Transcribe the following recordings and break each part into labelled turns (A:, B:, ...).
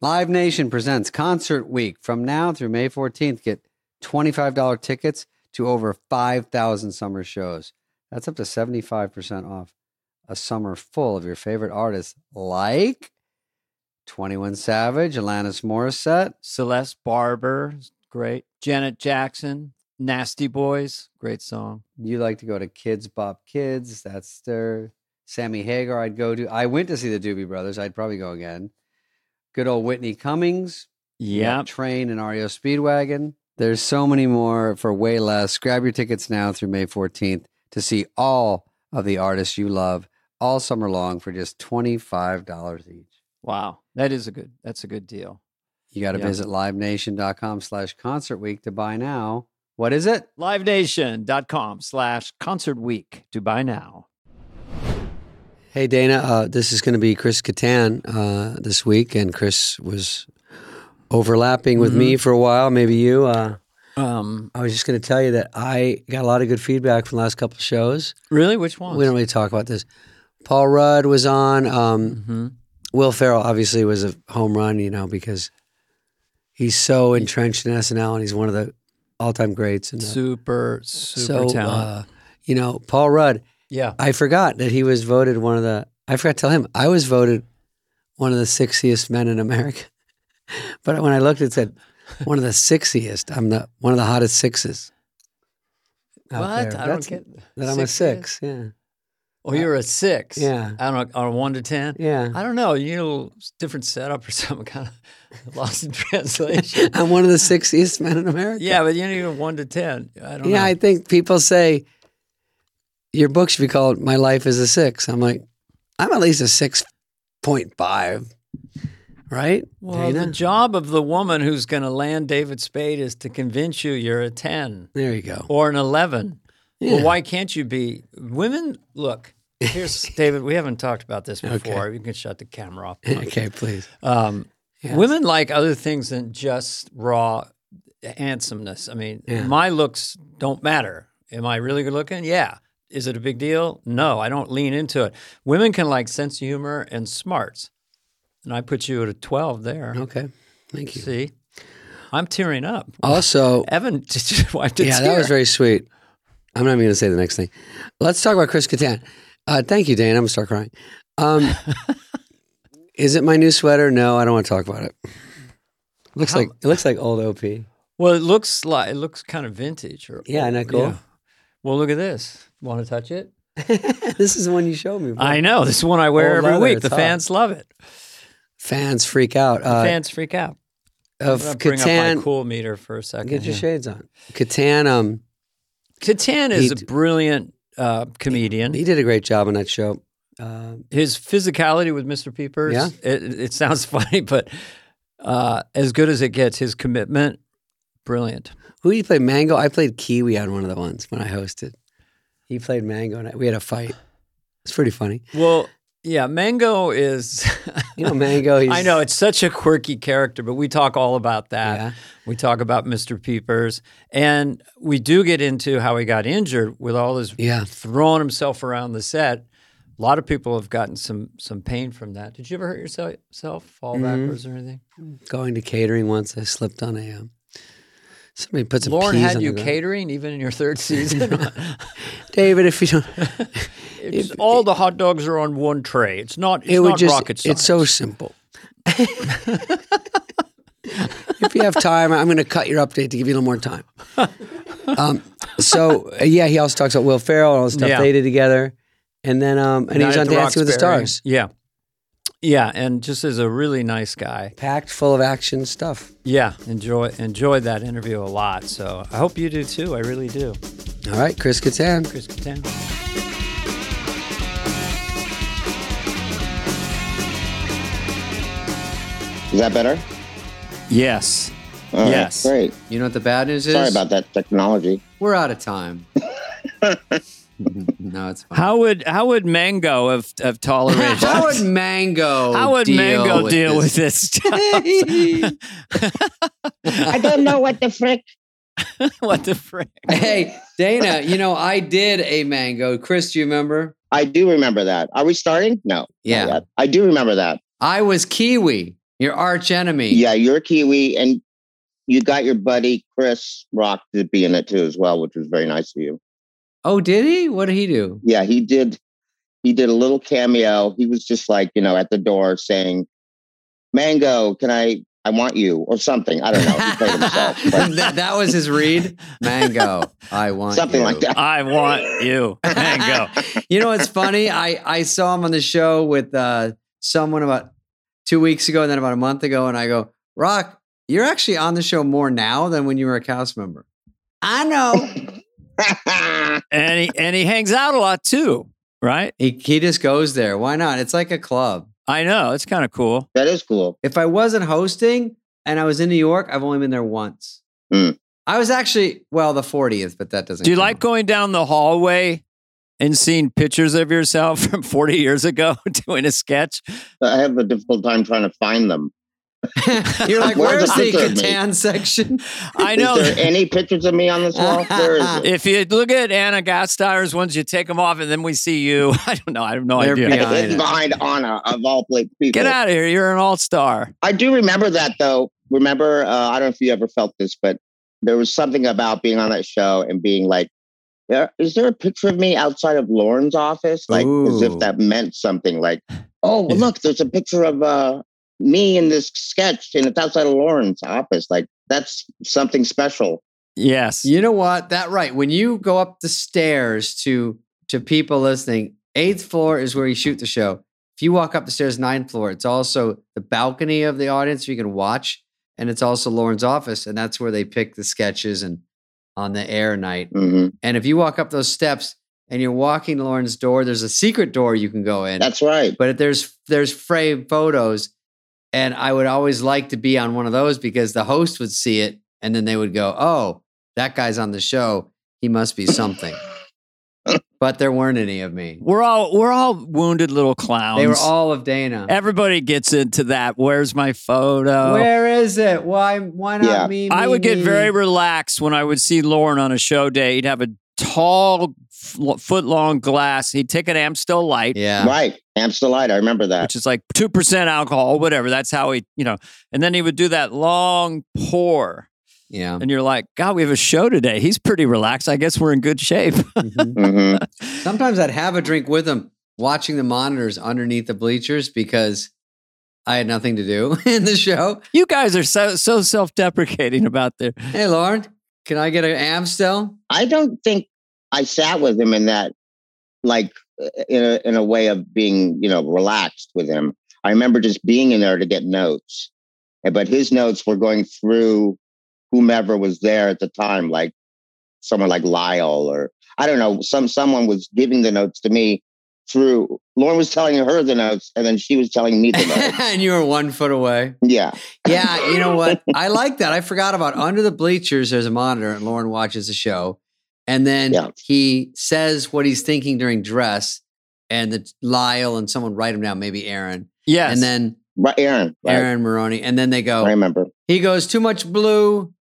A: Live Nation presents Concert Week from now through May 14th. Get $25 tickets to over 5,000 summer shows. That's up to 75% off a summer full of your favorite artists like 21 Savage, Alanis Morissette,
B: Celeste Barber, great. Janet Jackson, Nasty Boys, great song.
A: you like to go to Kids Bop Kids. That's their Sammy Hagar. I'd go to. I went to see the Doobie Brothers. I'd probably go again. Good old Whitney Cummings.
B: Yeah.
A: Train and REO Speedwagon. There's so many more for way less. Grab your tickets now through May 14th to see all of the artists you love all summer long for just $25 each.
B: Wow. That is a good that's a good deal.
A: You got to
B: Yeah.
A: visit livenation.com slash concert week to buy now. What is it?
B: LiveNation.com slash concert week to buy now.
A: Hey Dana, uh, this is going to be Chris Kattan uh, this week, and Chris was overlapping with me for a while. Maybe you. Uh,
B: Um
A: I was just going to tell you that I got a lot of good feedback from the last couple shows.
B: really which one?
A: We don't really talk about this. Paul Rudd was on. Um,
B: hmm
A: Will Ferrell obviously was a home run, you know, because he's so entrenched in SNL, and he's one of the all-time greats. And
B: Super, super
A: so,
B: talent.
A: uh, you know, Paul Rudd.
B: yeah.
A: I forgot that he was voted one of the. I forgot to tell him I was voted one of the sexiest men in America. but when I looked, it said one of the sexiest. I'm the one of the hottest sixes. out
B: What?
A: there.
B: I
A: That's-
B: don't get
A: that. I'm a
B: sixes?
A: six. Yeah,
B: Oh, you're a six.
A: Yeah.
B: I don't know, on one to ten.
A: yeah.
B: I don't know. You know, a little different setup or some kind of lost in translation.
A: I'm one of the sexiest men in America.
B: yeah, but you don't even one to ten. I don't
A: yeah.
B: know.
A: I think people say your book should be called "My Life Is a Six. I'm like, I'm at least a six point five, right?
B: Well,
A: Dana?
B: the job of the woman who's going to land David Spade is to convince you you're a 10
A: there you go.
B: or an 11.
A: Yeah.
B: Well, why can't you be? Women, look, here's David, we haven't talked about this before. You can shut the camera off.
A: okay, please.
B: Um,
A: Yes.
B: Women like other things than just raw handsomeness. I mean,
A: Yeah.
B: my looks don't matter. Am I really good looking? Yeah. Is it a big deal? No, I don't lean into it. Women can like sense of humor and smarts. And I put you at a 12 there.
A: Okay, thank you.
B: See, I'm tearing up.
A: Also,
B: Evan just wiped a
A: yeah,
B: tear.
A: that was very sweet. I'm not even going to say the next thing. Let's talk about Chris Kattan. Uh, thank you, Dan. I'm going to start crying. Um, is it my new sweater? No, I don't want to talk about it. Looks like it looks like old OP.
B: well, it looks like it looks kind of vintage. Or,
A: Yeah, isn't that cool?
B: Well, look at this. Want to touch it?
A: this is the one you showed me. bro.
B: I know this is one I wear
A: Old
B: every
A: leather,
B: week.
A: it's
B: The
A: hot.
B: fans love it.
A: Fans freak out.
B: The
A: Uh,
B: fans freak out.
A: of
B: I'm gonna bring up
A: Kattan,
B: my cool meter for a second.
A: get your
B: here.
A: shades on. Kattan, um,
B: Catan is
A: He
B: a
A: d-
B: brilliant uh, comedian.
A: he did a great job on that show. Uh,
B: His physicality with Mr. Peepers.
A: Yeah.
B: It, it sounds funny, but uh, as good as it gets, his commitment, brilliant.
A: Who did you play? Mango. I played Kiwi on one of the ones when I hosted. He played Mango, and I, we had a fight. It's pretty funny.
B: Well, yeah, Mango is.
A: You know, Mango. He's,
B: I know it's such a quirky character, but we talk all about that.
A: Yeah.
B: We talk about Mr. Peepers, and we do get into how he got injured with all his
A: Yeah.
B: throwing himself around the set. A lot of people have gotten some some pain from that. Did you ever hurt yourself, self, fall
A: Mm-hmm.
B: backwards or anything?
A: Going to catering once, I slipped on a. Um, somebody put some
B: Lauren
A: peas
B: had
A: on
B: you
A: the ground.
B: catering even in your third season.
A: David, if you don't,
B: It's- all the hot dogs are on one tray. It's not. It's
A: it would
B: not
A: just.
B: rocket science.
A: It's so simple. if you have time, I'm going to cut your update to give you a little more time. Um, so uh, yeah, he also talks about Will Ferrell and all the stuff
B: Yeah.
A: they did together, and then um, and he was
B: Night
A: on
B: at the
A: Dancing with the
B: Roxbury.
A: Stars,
B: Yeah, yeah, and just as a really nice guy.
A: packed full of action stuff.
B: Yeah, enjoy enjoyed that interview a lot. So I hope you do too. I really do.
A: All right, Chris Kattan.
B: Chris Kattan.
C: Is that better?
B: Yes.
C: All right,
B: Yes.
C: great.
A: You know what the bad news is?
C: Sorry about that technology.
A: We're out of time. no, it's fine.
B: How would how would Mango have, have tolerated?
A: How would Mango?
B: how would
A: deal
B: Mango
A: with
B: deal
A: this?
B: with this stuff?
D: I don't know what the frick.
B: what the frick?
A: hey, Dana. You know, I did a Mango. Chris, do you remember?
C: I do remember that. Are we starting? No. not
A: Yeah.
C: yet. I do remember that.
A: I was Kiwi. Your arch enemy.
C: Yeah, you're a Kiwi, and you got your buddy Chris Rock to be in it too as well, which was very nice of you.
A: Oh, did he? What did he do?
C: yeah he did he did a little cameo he was just like you know at the door saying mango can i i want you or something i don't know he played himself but
A: that, that was his read. Mango, I want
C: something
A: you.
C: like that
B: I want you. Mango.
A: You know what's funny? I I saw him on the show with uh, someone about two weeks ago, and then about a month ago, and I go, Rock, you're actually on the show more now than when you were a cast member. I know.
B: And he and he hangs out a lot too, right?
A: he he just goes there. Why not? It's like a club.
B: I know. It's kind of cool.
C: that is cool
A: If I wasn't hosting and I was in New York, I've only been there once.
C: Hmm.
A: I was actually well the 40th, but that doesn't.
B: Do you
A: count.
B: like going down the hallway and seeing pictures of yourself from 40 years ago doing a sketch?
C: i have a difficult time trying to find them
A: You're like,
C: Where's
A: where's
C: the
A: the
C: picture of me?"
A: Catan section?
B: I
C: is
B: know.
C: there any pictures of me on this wall there is it.
B: If you look at Anna Gasteyer's ones, you take them off and then we see you. I don't know. I have no
A: They're
B: idea.
A: behind
C: it's
A: it.
C: behind anna of all pla- people
B: Get out of here. You're an all star.
C: I do remember that though. Remember, uh, I don't know if you ever felt this, but there was something about being on that show and being like, "There- "Is there a picture of me outside of Lauren's office?" Like as
A: Ooh.
C: if that meant something. Like, "Oh, well,
B: Yeah.
C: look, there's a picture of uh, me in this sketch, and it's outside of Lauren's office." Like that's something special.
B: Yes.
A: You know what? That right. When you go up the stairs to to people listening, eighth floor is where you shoot the show. If you walk up the stairs, ninth floor, it's also the balcony of the audience where you can watch, and it's also Lauren's office, and that's where they pick the sketches and on the air night.
C: hmm
A: And if you walk up those steps and you're walking to Lauren's door, there's a secret door you can go in.
C: That's right.
A: but if there's there's framed photos and i would always like to be on one of those because the host would see it and then they would go oh that guy's on the show he must be something but there weren't any of me
B: We're all we're all wounded little clowns.
A: they were all of dana
B: Everybody gets into that. Where's my photo?
A: where is it why why not
C: Yeah.
A: me,
B: I
A: me,
B: would get
A: me?
B: very relaxed when I would see Lauren on a show day. He'd have a tall, foot long glass. He'd take an Amstel Light,
A: yeah
C: Right, Amstel Light. I remember that.
B: which is like 2% alcohol, whatever. That's how he, you know, and then he would do that long pour.
A: yeah
B: And you're like, God, we have a show today. He's pretty relaxed. I guess we're in good shape.
A: Mhm.
C: hmm
A: sometimes i'd have a drink with them watching the monitors underneath the bleachers because i had nothing to do in the show
B: you guys are so, so self deprecating about their.
A: hey lauren can i get an amstel
C: I don't think I sat with him in that, like, uh, in a, in a way of being, you know, relaxed with him. I remember just being in there to get notes, And- but his notes were going through whomever was there at the time, like someone like Lyle or I don't know, some someone was giving the notes to me through. Lauren was telling her the notes, and then she was telling me the notes.
A: and you were one foot away.
C: Yeah,
A: Yeah, you know what? I like that. I forgot about under the bleachers. There's a monitor, and Lauren watches the show, and then
C: Yeah.
A: he says what he's thinking during dress, and the Lyle and someone write him down, maybe Aaron,
B: Yes.
A: and then
C: right, Aaron. Right,
A: Aaron oh. Maroney, and then they go.
C: I remember.
A: He goes too much blue.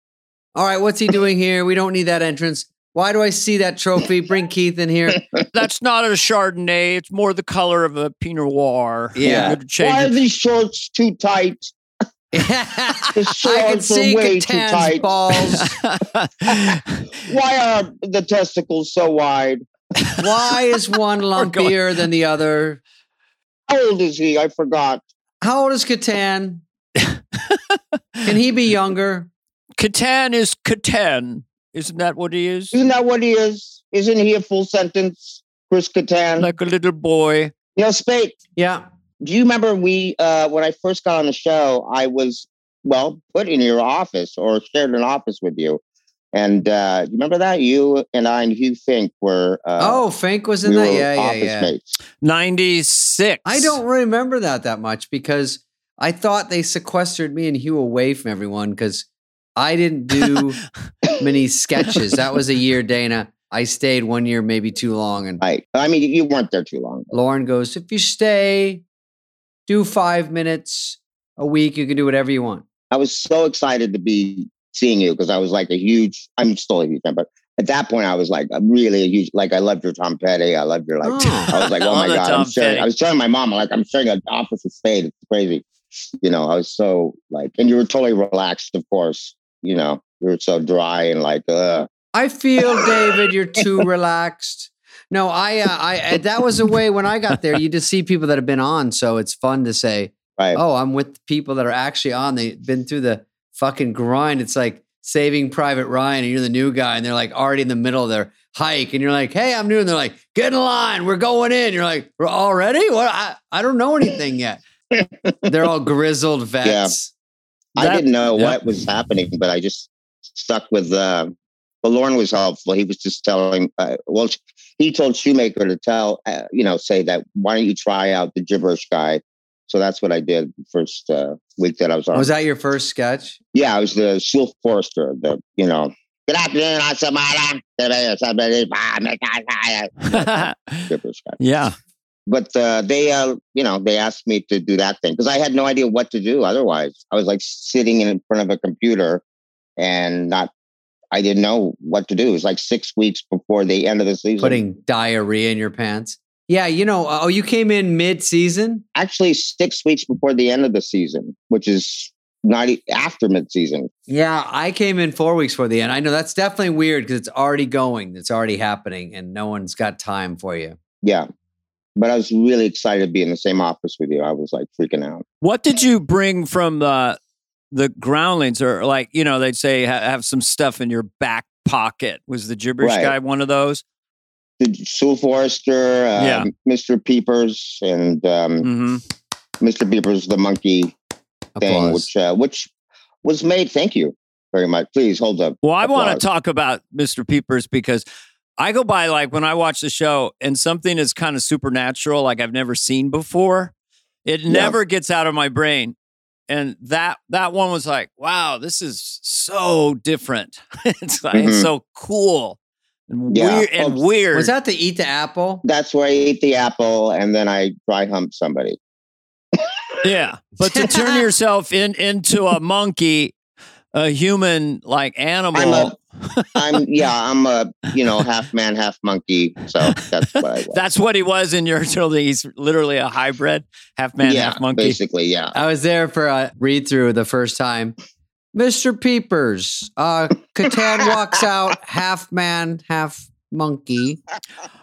A: All right, what's he doing here? We don't need that entrance. Why do I see that trophy? Bring Keith in here.
B: That's not a Chardonnay. It's more the color of a Pinot Noir.
A: Yeah.
B: You could change
C: Why
B: it.
C: are these shorts too tight? The
A: I can
C: shorts
A: see
C: are way too
A: Catan's
C: tight.
A: balls.
C: Why are the testicles so wide?
A: Why is one
B: going-
A: lumpier than the other?
C: How old is he? I forgot.
A: How old is Catan? Can he be younger?
B: Catan is Catan. Isn't that what he is?
C: Isn't that what he is? Isn't he a full sentence, Chris Catan?
B: Like a little boy.
C: you know, Spate,
A: Yeah.
C: do you remember we, uh, when I first got on the show, I was, well, put in your office or shared an office with you. And uh, you remember that? You and I and Hugh Fink were, uh,
A: oh, Fink was in
C: we were
A: that. Yeah, yeah,
C: office
A: yeah.
C: mates.
B: 96.
A: I don't remember that that much because I thought they sequestered me and Hugh away from everyone because I didn't do many sketches. That was a year, Dana. I stayed one year, maybe too long, and
C: Right. I mean, you weren't there too long.
A: Lauren goes, if you stay, do five minutes a week, you can do whatever you want.
C: I was so excited to be seeing you because I was like a huge, I'm still a huge fan, but at that point I was like a really a huge, like I loved your Tom Petty. I loved your like,
A: Oh.
C: I was like,
B: I
C: oh
B: love
C: my
B: that
C: God,
B: Tom
C: I'm sharing,
B: Petty.
C: I was telling my mom, like I'm sharing an office of spade. It's crazy. you know, I was so like, and you were totally relaxed, of course. You know, you were so dry and like, uh,
A: I feel, David, you're too relaxed. No, I, uh, I, I- that was a way when I got there, you just see people that have been on. So it's fun to say,
C: right?
A: oh, I'm with people that are actually on. They've been through the fucking grind. It's like saving Private Ryan and you're the new guy and they're like already in the middle of their hike and you're like, hey, I'm new. And they're like, get in line. We're going in. You're like, we're already? What? I, I don't know anything yet. they're all grizzled vets.
C: I
B: That-
C: didn't know
B: yeah.
C: what was happening, but I just stuck with. Uh, well, Lauren was helpful. He was just telling. Uh, well, sh- he told Shoemaker to tell uh, you know say that why don't you try out the gibberish guy? So that's what I did the first uh, week that I was on.
A: Was that your first sketch?
C: yeah, I was the Sewell Forrester. The you know. Good afternoon, I'm Samara. Today is somebody- Gibberish guy.
B: yeah.
C: But uh, they, uh, you know, they asked me to do that thing because I had no idea what to do. Otherwise, I was like sitting in front of a computer and not. I didn't know what to do. It was like six weeks before the end of the season.
A: Putting diarrhea in your pants? Yeah, you know, oh, you came in mid season?
C: Actually, six weeks before the end of the season, which is not e- after mid-season.
A: Yeah, I came in four weeks for the end. I know that's definitely weird because it's already going, it's already happening, and no one's got time for you.
C: Yeah, but I was really excited to be in the same office with you. I was like freaking out.
B: What did you bring from the the groundlings, or like you know, they'd say ha- have some stuff in your back pocket? Was the gibberish
C: Right.
B: guy one of those?
C: The Sue Forrester, um,
B: Yeah.
C: Mr. Peepers, and um,
B: hmm
C: Mr. Peepers the monkey. thing,
A: Applause.
C: which uh, which was made. Thank you very much. Please hold up.
B: Well, I want
C: Applause.
B: to talk about Mr. Peepers because I go by like when I watch the show and something is kind of supernatural, like I've never seen before. It
C: Yeah.
B: never gets out of my brain. And that that one was like, wow, this is so different. it's like it's
C: Mhm.
B: so cool and
C: Yeah.
B: weird and
C: Well,
B: weird.
A: Was that the eat the apple?
C: That's where I eat the apple and then I dry hump somebody.
B: Yeah, but to turn yourself in into a monkey, a human like
C: I'm a,
B: animal.
C: I'm yeah, I'm a you know half man, half monkey. So that's what I was.
B: That's what he was in your until he's literally a hybrid, half man,
C: yeah,
B: half monkey.
C: basically, yeah.
A: I was there for a read through the first time. Mr. Peepers, uh, Catan walks out half man, half monkey,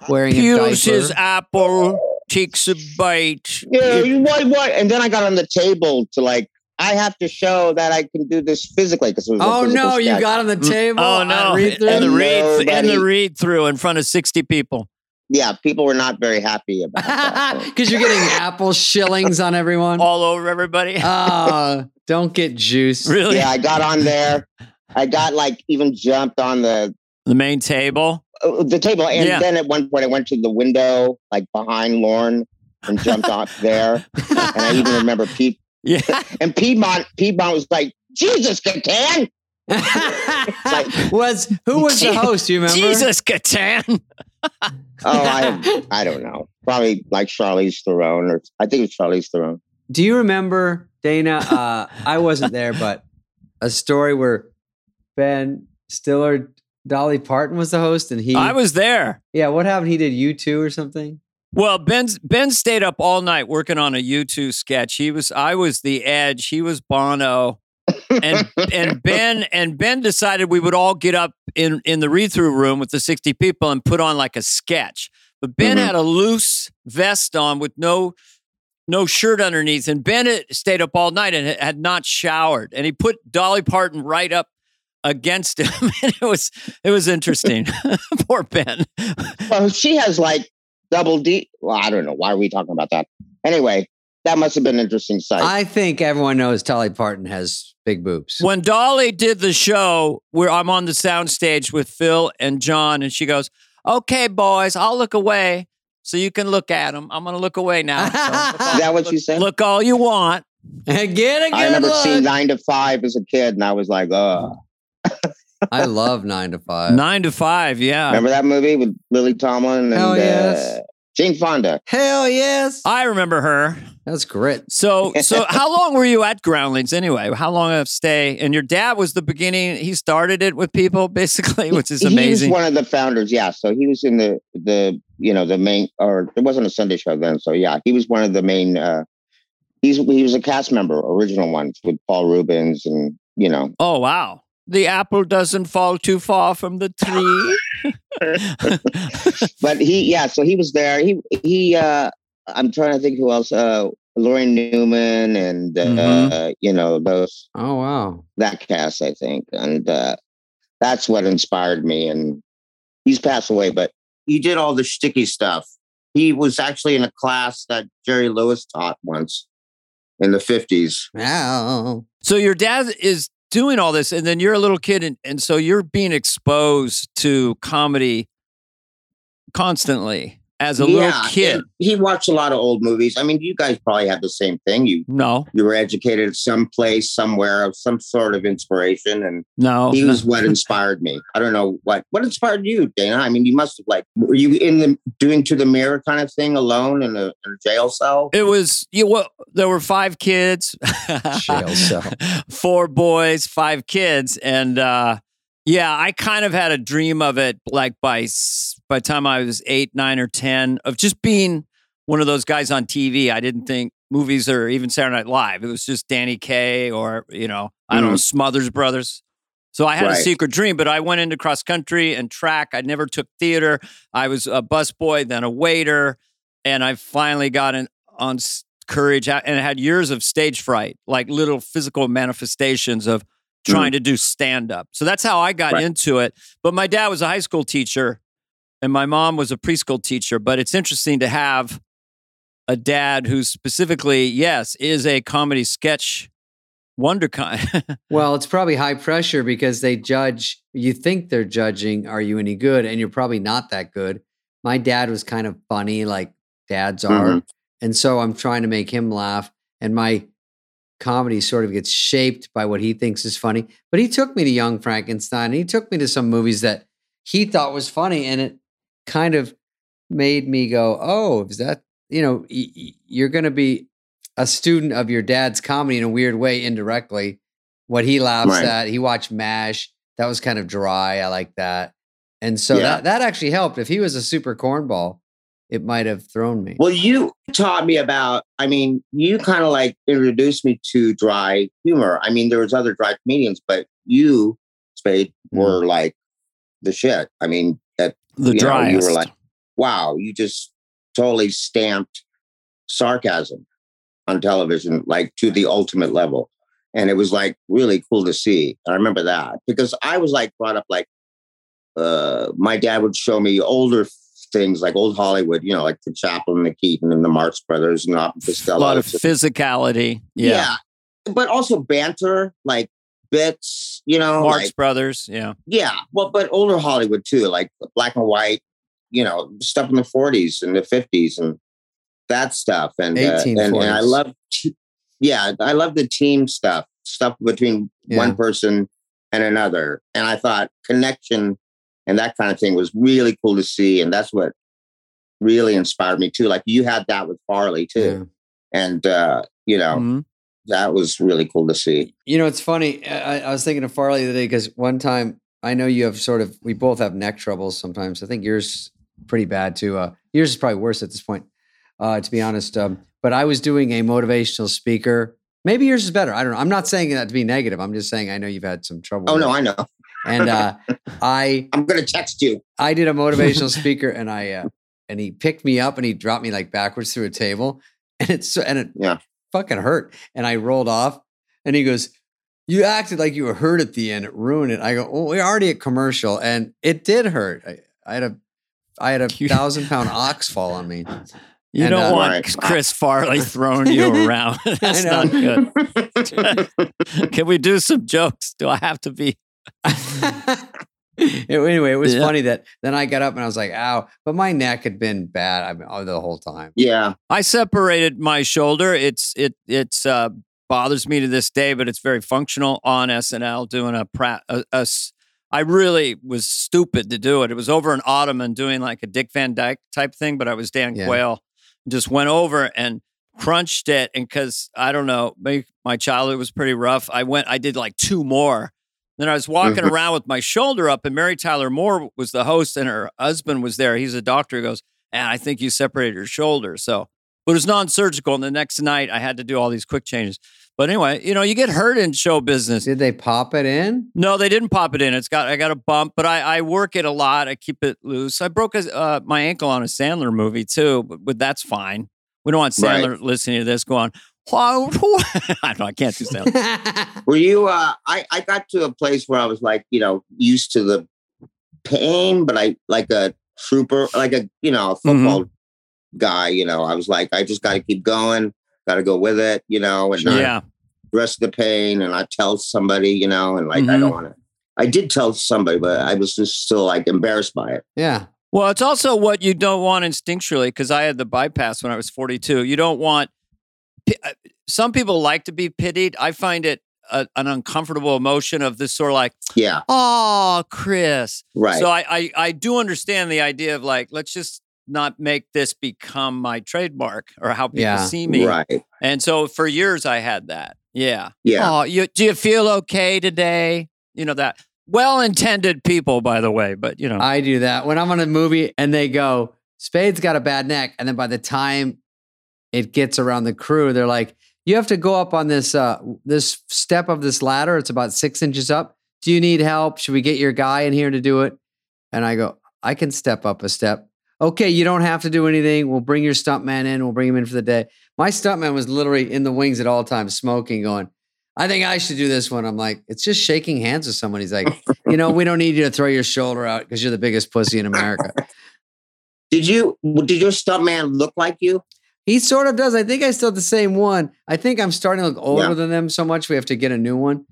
A: wearing a
B: Pews
A: diaper.
B: his
A: Oh.
B: apple, takes a bite.
C: Yeah, you what what? And then I got on the table to like. I have to show that I can do this physically because it was a
A: oh
C: physical
A: no, you
C: sketch.
A: got on the table.
B: Oh no!
A: Read
B: In the
A: through.
C: And
B: read in
C: nobody-
B: the read through in front of sixty people.
C: yeah. People were not very happy about that.
A: Because you're getting apple shillings on everyone.
B: All over everybody.
A: Oh, don't get juice.
B: really?
C: yeah, I got on there. I got like even jumped on the
B: The main table.
C: uh, the table. And
B: Yeah.
C: then at one point, I went to the window, like behind Lauren, and jumped off there. And I even remember Pete
B: Yeah.
C: and Piedmont. Piedmont was like, "Jesus, Catan!"
A: was who was the host? You remember?
B: Jesus, Catan.
C: Oh, I I don't know. Probably like Charlize Theron, or I think it was Charlize Theron.
A: Do you remember Dana? Uh, I wasn't there, but a story where Ben Stiller, Dolly Parton was the host, and he.
B: I was there.
A: Yeah, what happened? He did U two or something.
B: Well, Ben Ben stayed up all night working on a U2 sketch. He was I was the Edge. He was Bono. and and Ben and Ben decided we would all get up in in the read through room with the sixty people and put on like a sketch. But Ben
C: Mhm.
B: had a loose vest on with no no shirt underneath, and Ben had stayed up all night and had not showered, and he put Dolly Parton right up against him, and it was it was interesting. Poor Ben.
C: Well, she has like double D. Well, I don't know why are we talking about that. Anyway, that must have been an interesting sight.
A: I think everyone knows Dolly Parton has big boobs.
B: When Dolly did the show, where I'm on the soundstage with Phil and John, and she goes, "Okay, boys, I'll look away so you can look at them. I'm gonna look away now. So
C: Is that what she said?
B: look all you want."
A: Get a good
C: I remember
A: look. Uh.
C: seeing Nine to Five as a kid, and I was like, "Oh,
A: I love nine to five.
B: Nine to five, yeah.
C: remember that movie with Lily Tomlin and
A: Hell yes.
C: uh, Jane Fonda?"
A: Hell yes,
B: I remember her.
A: that's grit.
B: So, so how long were you at Groundlings anyway? How long of stay? And your dad was the beginning. He started it with people, basically, which is
C: He
B: amazing.
C: was one of the founders, yeah. So he was in the the you know the main or it wasn't a Sunday show then. So yeah, he was one of the main uh He's he was a cast member, original ones with Paul Rubens, and you know,
B: Oh wow. The apple doesn't fall too far from the tree.
C: but he yeah so he was there he he uh i'm trying to think who else uh lauren newman and uh,
B: Mhm.
C: you know those
A: Oh wow.
C: that cast i think and uh that's what inspired me and he's passed away but he did all the sticky stuff he was actually in a class that jerry lewis taught once in the 50s
A: Wow.
B: so your dad is doing all this and then you're a little kid and, and so you're being exposed to comedy constantly as a little kid.
C: and he watched a lot of old movies i mean you guys probably had the same thing you
B: No,
C: you were educated someplace somewhere of some sort of inspiration and
B: no.
C: he
B: Oh, no.
C: was what inspired me. I don't know what what inspired you, Dana. I mean, you must have like were you in the doing to the mirror kind of thing alone in a, in a jail cell?
B: It was you. Well, there were five kids,
A: Jail cell.
B: four boys, five kids, and uh, yeah, I kind of had a dream of it. Like by s- by the time I was eight, nine, or ten, of just being one of those guys on TV. I didn't think movies or even Saturday Night Live. It was just Danny Kaye or you know I don't know Smothers Brothers. So I had a
C: Right.
B: secret dream, but I went into cross country and track. I never took theater. I was a busboy, then a waiter, and I finally got in, on s- courage I- and I had years of stage fright, like little physical manifestations of trying to do stand up. So that's how I got
C: Mm. Right.
B: into it. But my dad was a high school teacher and my mom was a preschool teacher, but it's interesting to have a dad who specifically, yes, is a comedy sketch WonderCon.
A: Well, it's probably high pressure because they judge, you think they're judging, are you any good? And you're probably not that good. My dad was kind of funny, like dads are.
C: Mhm.
A: And so I'm trying to make him laugh. And my comedy sort of gets shaped by what he thinks is funny. But he took me to Young Frankenstein. And he took me to some movies that he thought was funny. And it kind of made me go, oh, is that, you know, y- y- you're going to be a student of your dad's comedy in a weird way, indirectly. What he laughs
C: Right.
A: at, he watched MASH. That was kind of dry. I like that. And so
C: Yeah.
A: that, that actually helped. If he was a super cornball, it might have thrown me.
C: Well, you taught me about. I mean, you kind of like introduced me to dry humor. I mean, there was other dry comedians, but you, Spade,
B: Mm.
C: were like the shit. I mean, at
B: the
C: you know,
B: dry.
C: you were like, wow, you just totally stamped sarcasm on television, like to the ultimate level. And it was like really cool to see. I remember that because I was like brought up like uh, my dad would show me older things like old Hollywood, you know, like the Chaplin, the Keaton, and the Marx Brothers, and Op
B: a
C: Costello.
B: lot of
C: It's just-
B: physicality. Yeah.
C: but also banter, like bits, you know,
B: Marx
C: Oh, like
B: Brothers. Yeah.
C: yeah, well, but older Hollywood too, like black and white, you know, stuff in the forties and the fifties and that stuff. And uh, and, and I
A: 1840s.
C: love, te- yeah, I love the team stuff, stuff between
A: Yeah.
C: one person and another. And I thought connection and that kind of thing was really cool to see, and that's what really inspired me too. Like you had that with Farley too, and uh, you know
B: Mhm.
C: that was really cool to see.
A: You know, it's funny. I, I was thinking of Farley the other day because one time I know you have sort of we both have neck troubles sometimes. I think yours pretty bad too. Uh, yours is probably worse at this point, uh, to be honest. Um, but I was doing a motivational speaker. Maybe yours is better. I don't know. I'm not saying that to be negative. I'm just saying I know you've had some trouble.
C: Oh
A: with
C: no,
A: it.
C: I know.
A: and uh, I
C: I'm gonna text you.
A: I did a motivational speaker, and I uh, and he picked me up and he dropped me like backwards through a table, and it's and it
C: Yeah.
A: fucking hurt, and I rolled off, and he goes, "You acted like you were hurt at the end, it ruined it." I go, "Well, we're already at commercial, and it did hurt. I, I had a I had a
B: You-
A: thousand pound ox fall on me.
B: You
A: And,
B: don't
A: uh,
B: want
C: Right.
B: Chris Farley throwing you around. That's
A: know.
B: not good. Can we do some jokes? Do I have to be?
A: It- anyway, it was
B: Yeah.
A: funny that then I got up and I was like, "Ow!" But my neck had been bad I mean, oh, the whole time.
C: Yeah.
B: I separated my shoulder. It's it it's uh bothers me to this day, but it's very functional on SNL doing a pra- a, a s- I really was stupid to do it. It was over an ottoman doing like a Dick Van Dyke type thing, but I was Dan
A: Yeah.
B: Quayle. Just went over and crunched it, and because I don't know, my, my childhood was pretty rough. I went, I did like two more. Then I was walking
C: Mhm.
B: around with my shoulder up, and Mary Tyler Moore was the host, and her husband was there. He's a doctor. He goes, and I think you separated your shoulder. So but it was non-surgical. And the next night, I had to do all these quick changes. But anyway, you know, you get hurt in show business.
A: Did they pop it in?
B: No, they didn't pop it in. It's got I got a bump, but I, I work it a lot. I keep it loose. I broke a, uh, my ankle on a Sandler movie too, but, but that's fine. We don't want Sandler listening to this going. "Whoa, whoa." I don't. I can't do Sandler.
C: Were you? Uh, I I got to a place where I was like, you know, used to the pain, but I like a trooper, like a you know a
B: Mm-hmm.
C: football guy. You know, I was like, I just got to keep going, got to go with it. You know, and not
B: yeah,
C: rest of the pain, and I tell somebody, you know, and like I
B: Mhm.
C: don't want to. I did tell somebody, but I was just still like embarrassed by it.
A: yeah.
B: Well, it's also what you don't want instinctually because I had the bypass when I was 42. You don't want pi- uh, some people like to be pitied. I find it a, an uncomfortable emotion of this sort of like,
C: Yeah,
B: oh, Chris.
C: right.
B: So I, I I do understand the idea of like, let's just not make this become my trademark or how people
A: Yeah.
B: see me.
C: Right.
B: And so for years I had that. Yeah.
C: Yeah.
B: Oh, you, do you feel okay today? You know that well-intended people, by the way, but you know.
A: I do that when I'm on a movie and they go, Spade's got a bad neck. And then by the time it gets around the crew, they're like, you have to go up on this uh this step of this ladder. It's about six inches up. Do you need help? Should we get your guy in here to do it? And I go, I can step up a step. Okay, you don't have to do anything. We'll bring your stuntman in. We'll bring him in for the day. My stuntman was literally in the wings at all times, smoking, going, I think I should do this one. I'm like, it's just shaking hands with someone. He's like, you know, we don't need you to throw your shoulder out because you're the biggest pussy in America.
C: Did you? Did your stuntman look like you?
A: He sort of does. I think I still have the same one. I think I'm starting to look older
C: Yeah.
A: than them so much we have to get a new one.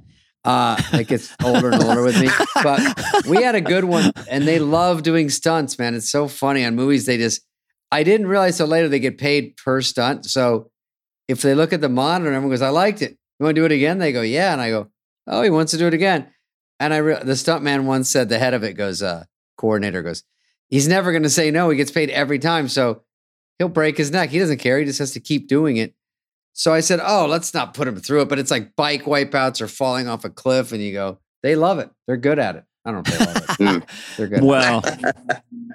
A: Uh, it gets older and older with me. But we had a good one, and they love doing stunts, man. It's so funny on movies. They just, I didn't realize till later they get paid per stunt. So if they look at the monitor, and everyone goes, "I liked it. You want to do it again?" They go, "Yeah," and I go, "Oh, he wants to do it again." And I, re- the stuntman once said, the head of it goes, uh, coordinator goes, "He's never going to say no. He gets paid every time, so he'll break his neck. He doesn't care. He just has to keep doing it." So I said, "Oh, let's not put him through it." But it's like bike wipeouts or falling off a cliff, and you go, "They love it. They're good at it." I don't know if they love it.
C: Mm.
A: They're good.
B: Well,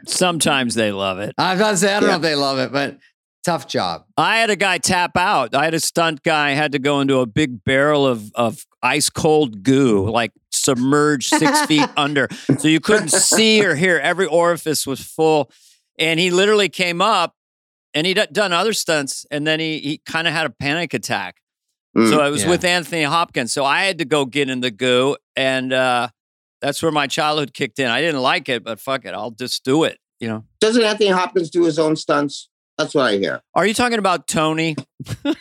B: sometimes they love it.
A: I'm not saying I don't know
C: Yeah.
A: if they love it, but tough job.
B: I had a guy tap out. I had a stunt guy had to go into a big barrel of of ice cold goo, like submerged six feet under, so you couldn't see or hear. Every orifice was full, and he literally came up, and he'd done other stunts, and then he he kind of had a panic attack.
C: Mm.
B: So I was
A: Yeah.
B: with Anthony Hopkins. So I had to go get in the goo. And uh, that's where my childhood kicked in. I didn't like it, but fuck it. I'll just do it. You know,
C: Doesn't Anthony Hopkins do his own stunts? That's what I hear.
B: are you talking about Tony?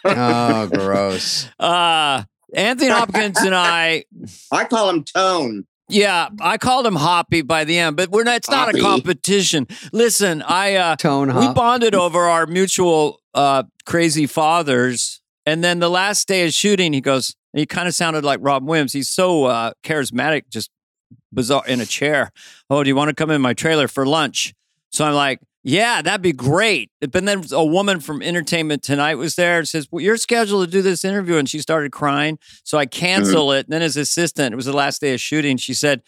A: Oh, gross.
B: Uh, Anthony Hopkins and I,
C: I call him Tone.
B: yeah, I called him Hoppy by the end, but we're not, it's not a
C: Hoppy.
B: competition. Listen, I, uh,
A: Tone
B: we
A: hop.
B: bonded over our mutual uh, crazy fathers. And then the last day of shooting, he goes, he kind of sounded like Rob Williams. He's so uh, charismatic, just bizarre in a chair. Oh, do you want to come in my trailer for lunch? So I'm like, yeah, that'd be great. But then a woman from Entertainment Tonight was there and says, well, you're scheduled to do this interview. And she started crying. So I cancel it. And then his assistant, it was the last day of shooting. She said,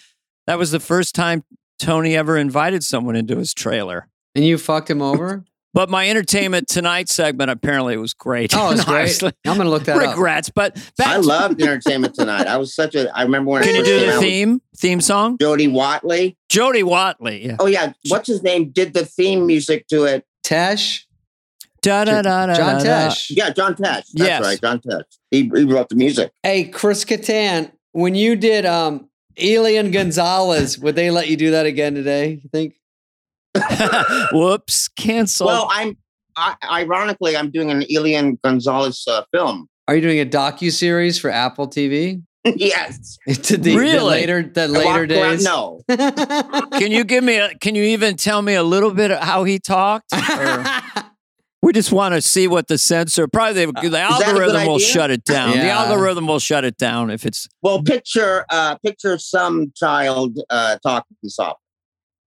B: that was the first time Tony ever invited someone into his trailer.
A: and you fucked him over?
B: But my entertainment tonight segment apparently was great.
A: Oh, it's great.
B: Honestly,
A: I'm gonna look that up.
B: Regrets, but back
C: I
B: to-
C: loved Entertainment Tonight. I was such a. I remember when I
B: Can you
C: first
B: do
C: came
B: the
C: out with
B: theme theme song?
C: Jody Watley.
B: Jody Watley. Yeah.
C: Oh yeah, what's his name? Did the theme music to it?
A: Tesh,
B: Da, da, da, da,
A: John
B: da, da.
A: Tesh.
C: Yeah, John Tesh. That's
B: Yes.
C: right, John Tesh. He, he wrote the music.
A: Hey, Chris Kattan, when you did um Elian Gonzalez, would they let you do that again today? You think?
B: Whoops, cancel.
C: well, I'm I, ironically I'm doing an Elian Gonzalez uh, film.
A: Are you doing a docu series for Apple TV?
C: yes,
A: to the, the
B: Really?
A: later the
C: I
A: later
C: walked around-
A: days.
C: no,
B: can you give me a? Can you even tell me a little bit of how he talked? Or- we just want to see what the censor. Probably the, the
C: Uh, that a good
B: algorithm will
C: idea?
B: shut it down. The
A: Yeah.
B: algorithm will shut it down if it's.
C: well, picture uh, picture some child uh, talking soft.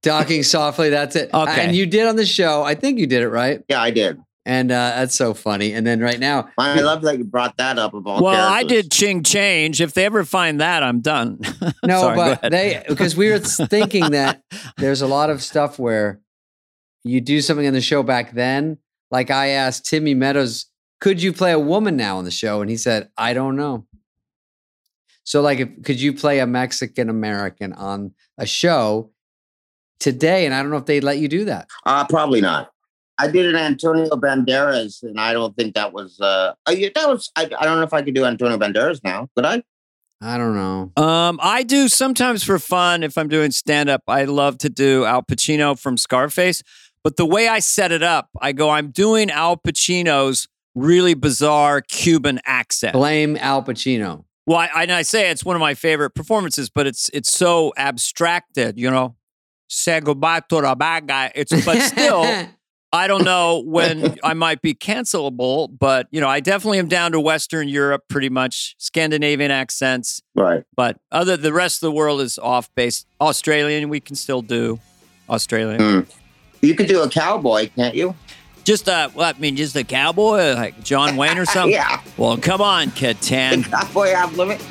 A: Docking softly, that's it.
B: Okay.
A: And you did on the show. I think you did it right.
C: Yeah, I did.
A: And uh, that's so funny. And then right now,
C: I love that you brought that up of all.
B: Well, I
C: characters.
B: did Ching Change. If they ever find that, I'm done.
A: No,
B: Sorry, go
A: but
B: ahead.
A: they because we were thinking that there's a lot of stuff where you do something on the show back then Like I asked Timmy Meadows, could you play a woman now on the show? And he said, I don't know. So, like, if, could you play a Mexican American on a show today? And I don't know if they'd let you do that.
C: Uh, probably not. I did an Antonio Banderas, and I don't think that was. Uh, uh, yeah, that was. I, I don't know if I could do Antonio Banderas now. Could I?
A: I don't know.
B: Um, I do sometimes for fun if I'm doing stand up. I love to do Al Pacino from Scarface, but the way I set it up, I go, I'm doing Al Pacino's really bizarre Cuban accent.
A: Blame Al Pacino.
B: Well, I, and I say it's one of my favorite performances, but it's it's so abstracted, you know. Say goodbye to the bad guy. It's but still, I don't know when I might be cancelable. But you know, I definitely am down to Western Europe, pretty much Scandinavian accents.
C: Right.
B: But other the rest of the world is off base. Australian, we can still do Australian.
C: You could do a cowboy, can't you?
B: Just uh, well, I mean, just a cowboy like John Wayne or something.
C: yeah.
B: Well, come on,
C: The
B: Catan.
C: cowboy off limit.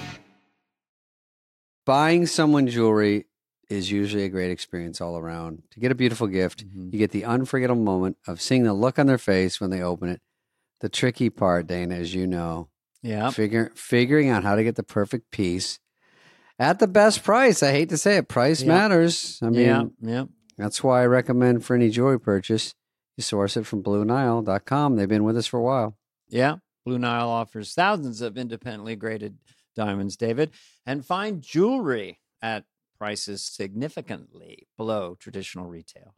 A: Buying someone jewelry is usually a great experience all around. To get a beautiful gift,
B: Mm-hmm.
A: you get the unforgettable moment of seeing the look on their face when they open it. The tricky part, Dana, as you know,
B: Yeah.
A: figure, figuring out how to get the perfect piece at the best price. I hate to say it, price
B: Yeah.
A: matters. I mean,
B: yeah. Yeah.
A: that's why I recommend for any jewelry purchase, you source it from BlueNile.com. They've been with us for a while.
B: Yeah. Blue Nile offers thousands of independently graded diamonds, David, and find jewelry at prices significantly below traditional retail.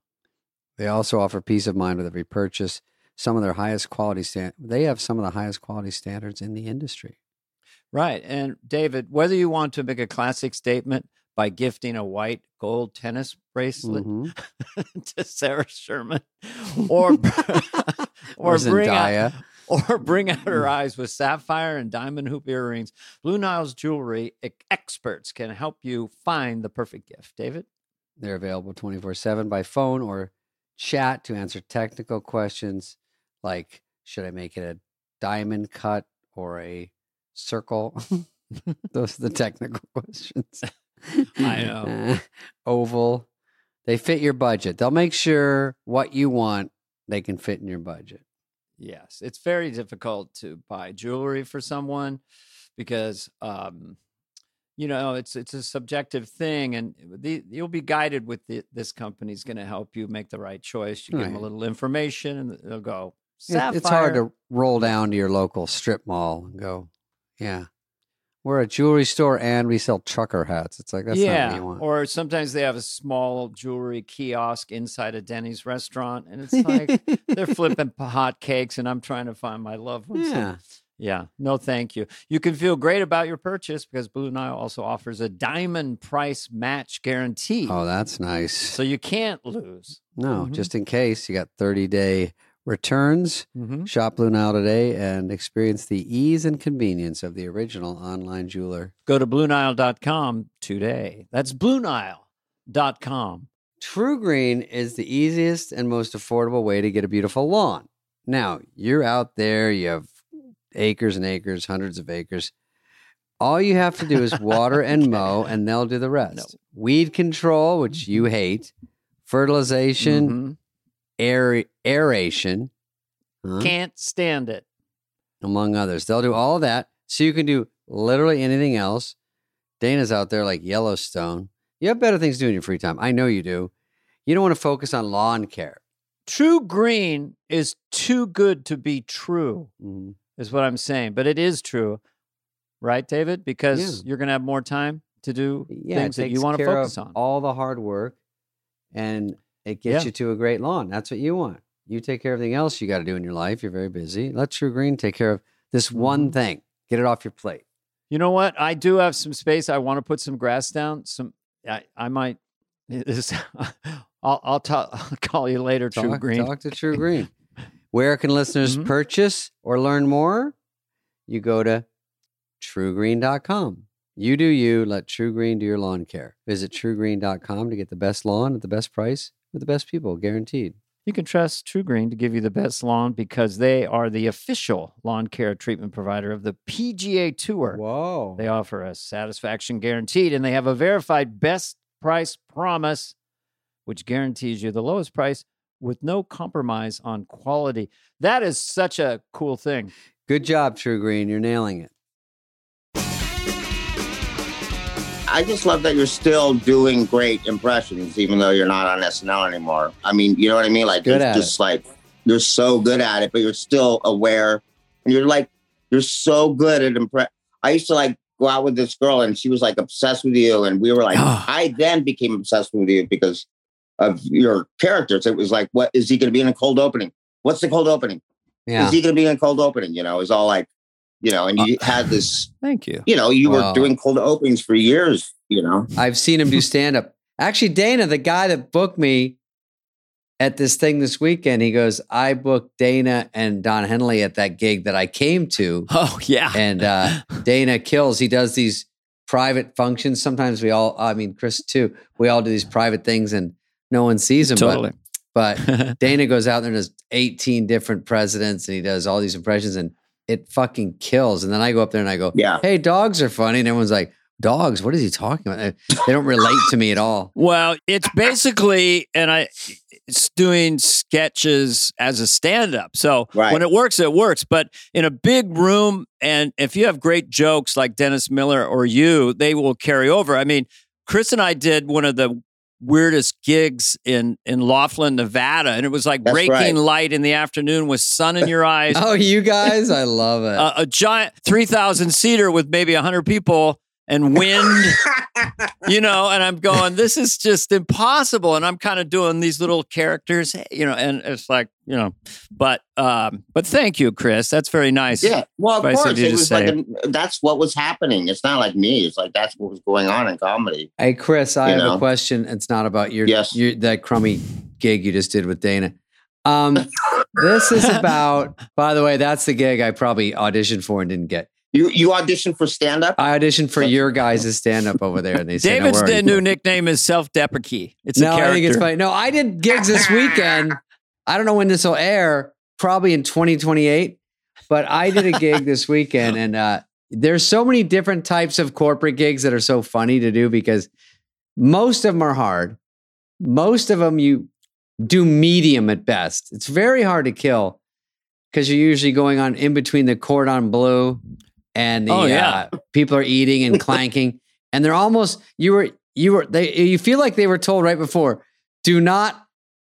A: They also offer peace of mind with every purchase. Some of their highest quality stand they have some of the highest quality standards in the industry.
B: Right. And David, whether you want to make a classic statement by gifting a white gold tennis bracelet
A: Mhm.
B: to Sarah Sherman or or bring out,
A: Zendaya.
B: or bring out her eyes with sapphire and diamond hoop earrings, Blue Nile's jewelry e- experts can help you find the perfect gift. David?
A: They're available 24/7 by phone or chat to answer technical questions like should I make it a diamond cut or a circle? Those are the technical questions.
B: I know.
A: Uh, oval. They fit your budget. They'll make sure what you want they can fit in your budget.
B: Yes, it's very difficult to buy jewelry for someone because um you know, it's it's a subjective thing and the, you'll be guided with the, this company's going to help you make the right choice. You give them a
A: Right.
B: little information and they'll go
A: It-
B: sapphire.
A: it's hard to roll down to your local strip mall and go, yeah, we're a jewelry store and we sell trucker hats. It's like, that's
B: yeah,
A: not what you want.
B: or sometimes they have a small jewelry kiosk inside a Denny's restaurant, and it's like they're flipping p- hot cakes, and I'm trying to find my loved ones.
A: yeah.
B: Yeah, no, thank you. You can feel great about your purchase because Blue Nile also offers a diamond price match guarantee.
A: Oh, that's nice.
B: So you can't lose.
A: No,
B: Mhm.
A: just in case you got 30 day returns,
B: Mm-hmm.
A: shop Blue Nile today and experience the ease and convenience of the original online jeweler.
B: Go to BlueNile.com today. That's BlueNile.com.
A: True Green is the easiest and most affordable way to get a beautiful lawn. Now, you're out there, you have acres and acres, hundreds of acres. All you have to do is water and mow, and they'll do the rest.
B: No. Mm-hmm.
A: Weed control, which you hate, fertilization,
B: Mhm.
A: aer- aeration, huh,
B: Can't stand it.
A: among others. They'll do all that so you can do literally anything else. Dana's out there like Yellowstone. You have better things to do in your free time. I know you do. You don't want to focus on lawn care.
B: True green is too good to be true. is what I'm saying. But it is true, right, David? Because you're going to have more time to do
A: Yeah,
B: things
A: it
B: that you
A: takes
B: want to
A: care
B: focus
A: of
B: on.
A: All the hard work and it gets
B: Yeah.
A: you to a great lawn. That's what you want. You take care of everything else you got to do in your life. You're very busy. Let True Green take care of this one
B: Mm-hmm.
A: thing. Get it off your plate.
B: you know what? I do have some space. I want to put some grass down. Some I, I might. This, I'll I'll, ta- I'll call you later, True
A: Talk-
B: Green.
A: Talk to True Green. Mm-hmm. Where can listeners
B: Mhm.
A: purchase or learn more? You go to truegreen.com. You do you. Let True Green do your lawn care. Visit truegreen.com to get the best lawn at the best price with the best people, guaranteed.
B: You can trust True Green to give you the best lawn because they are the official lawn care treatment provider of the PGA Tour.
A: Whoa.
B: They offer a satisfaction guaranteed and they have a verified best price promise, which guarantees you the lowest price with no compromise on quality. That is such a cool thing.
A: Good job, True Green. You're nailing it.
C: I just love that you're still doing great impressions, even though you're not on SNL anymore. I mean, you know what I mean? Like,
A: Good
C: it's
A: at
C: just like you're so good at it, but you're still aware, and you're like, you're so good at impress. I used to like go out with this girl, and she was like obsessed with you, and we were like, I then became obsessed with you because of your characters. It was like, what is he going to be in a cold opening? What's the cold opening?
A: Yeah. Uh,
C: Is he going to be in a cold opening? You know, it's all like, you know, and you had this,
B: Thank you.
C: you know, you
A: Wow.
C: were doing cold openings for years. You know.
A: I've seen him do stand up. Actually, Dana, the guy that booked me at this thing this weekend, he goes, I booked Dana and Don Henley at that gig that I came to.
B: Oh yeah.
A: And uh, Dana kills. He does these private functions. Sometimes we all, I mean, Chris too, we all do these private things and no one sees him.
B: totally.
A: But, but Dana goes out there and does 18 different presidents and he does all these impressions and it fucking kills. And then I go up there and I go,
C: Yeah.
A: hey, dogs are funny. And everyone's like, dogs, what is he talking about? Uh, They don't relate to me at all.
B: Well, it's basically, and I, it's doing sketches as a stand up. So
C: Right.
B: when it works, it works. But in a big room, and if you have great jokes like Dennis Miller or you, they will carry over. I mean, Chris and I did one of the weirdest gigs in in Laughlin, Nevada, and it was like
C: That's
B: raking
C: right.
B: light in the afternoon with sun in your eyes.
A: Oh, you guys, I love it.
B: a, a giant 3,000 seater with maybe 100 people and wind, you know, and I'm going, this is just impossible. And I'm kind of doing these little characters, you know, and it's like, you know, but, um, but thank you, Chris. That's very nice.
C: Yeah, well, of
B: Advice I
C: course,
B: do
C: it
B: to
C: was like a, that's what was happening. It's not like me. It's like that's what was going on in comedy.
A: hey, Chris, I
C: you
A: have a
C: know.
A: question. It's not about your,
C: Yes.
A: your that crummy gig you just did with Dana. Um, this is about, by the way, that's the gig I probably auditioned for and didn't get.
C: You you auditioned for stand
B: Uh-huh.
C: up.
A: I auditioned for your guys' stand up over there, and they said,
B: David's
A: no,
B: de- new nickname is self deprecate. It's
A: no,
B: a
A: I
B: character.
A: think it's funny. No, I did gigs this weekend. I don't know when this will air, probably in 2028, but I did a gig this weekend, and uh, there's so many different types of corporate gigs that are so funny to do because most of them are hard. Most of them you do medium at best. It's very hard to kill because you're usually going on in between the cordon bleu and the
B: Oh, yeah.
A: uh, people are eating and clanking, and they're almost you were you were they you feel like they were told right before do not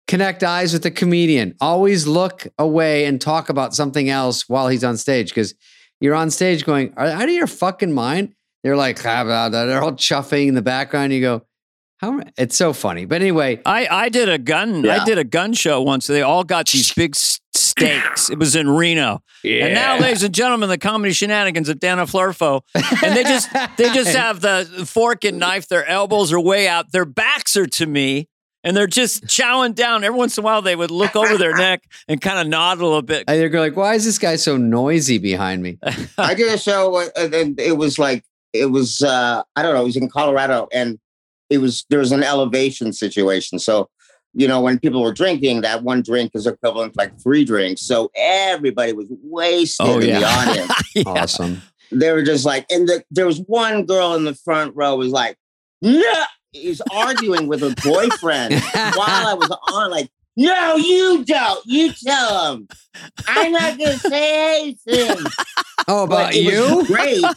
A: connect eyes with the comedian. Always look away and talk about something else while he's on stage because you're on stage going, Are they out of your fucking mind? They're like, "Ah, blah, blah," they're all chuffing in the background. You go, How am I-" it's so funny. But anyway,
B: I, I did a gun I
C: Yeah.
B: did a gun show once. They all got these big s- stakes. It was in Reno. And now, ladies and gentlemen, the comedy shenanigans of Dana Flurfo. And they just they just have the fork and knife. Their elbows are way out. Their backs are to me, and they're just chowing down. Every once in a while, they would look over their neck and kind of nod a little bit.
A: And they're like, Why is this guy so noisy behind me?
C: I did a show, uh, and then it was like it was uh, I don't know. It was in Colorado, and it was there was an elevation situation. So you know when people were drinking, that one drink is equivalent to like three drinks. So everybody was wasted
B: Oh,
C: in the
B: yeah.
C: audience.
B: Yeah.
A: Awesome.
C: they were just like, and the, there was one girl in the front row was like, no, is arguing with her boyfriend while I was on, like, no, you don't. You tell him. I'm not gonna say anything.
A: Oh, about
C: But it was
A: you?
C: great.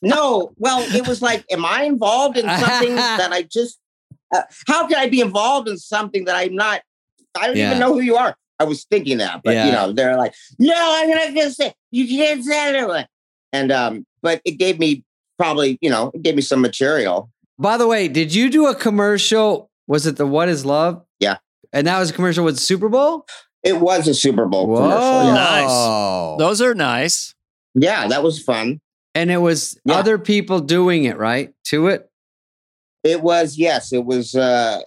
C: No, well, it was like, am I involved in something that I just? Uh, how can I be involved in something that I'm not? I don't
A: Yeah.
C: even know who you are. I was thinking that, but
A: Yeah.
C: you know, they're like, no, I'm not gonna say you can't say that. And um, but it gave me probably, you know, it gave me some material.
A: By the way, did you do a commercial? Was it the What is Love?
C: Yeah.
A: And that was a commercial with Super Bowl?
C: It was a Super Bowl
A: Whoa.
C: Oh, commercial. Yeah.
B: Nice. Those are nice.
C: yeah, that was fun.
A: And it was
C: Yeah.
A: other people doing it, right? To it?
C: It was yes, it was. uh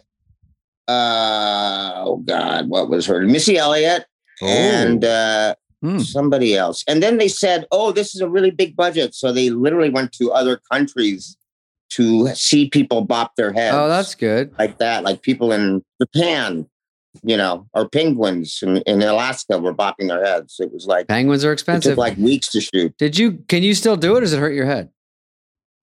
C: uh, oh God, what was her? Missy Elliott
A: Oh.
C: and uh,
B: Hmm.
C: somebody else. And then they said, "Oh, this is a really big budget." So they literally went to other countries to see people bop their heads.
A: Oh, that's good.
C: like that, like people in Japan, you know, or penguins in, in Alaska were bopping their heads. It was like
A: Penguins are
C: it
A: expensive.
C: took like weeks to shoot.
A: Did you can you still do it or does it hurt your head?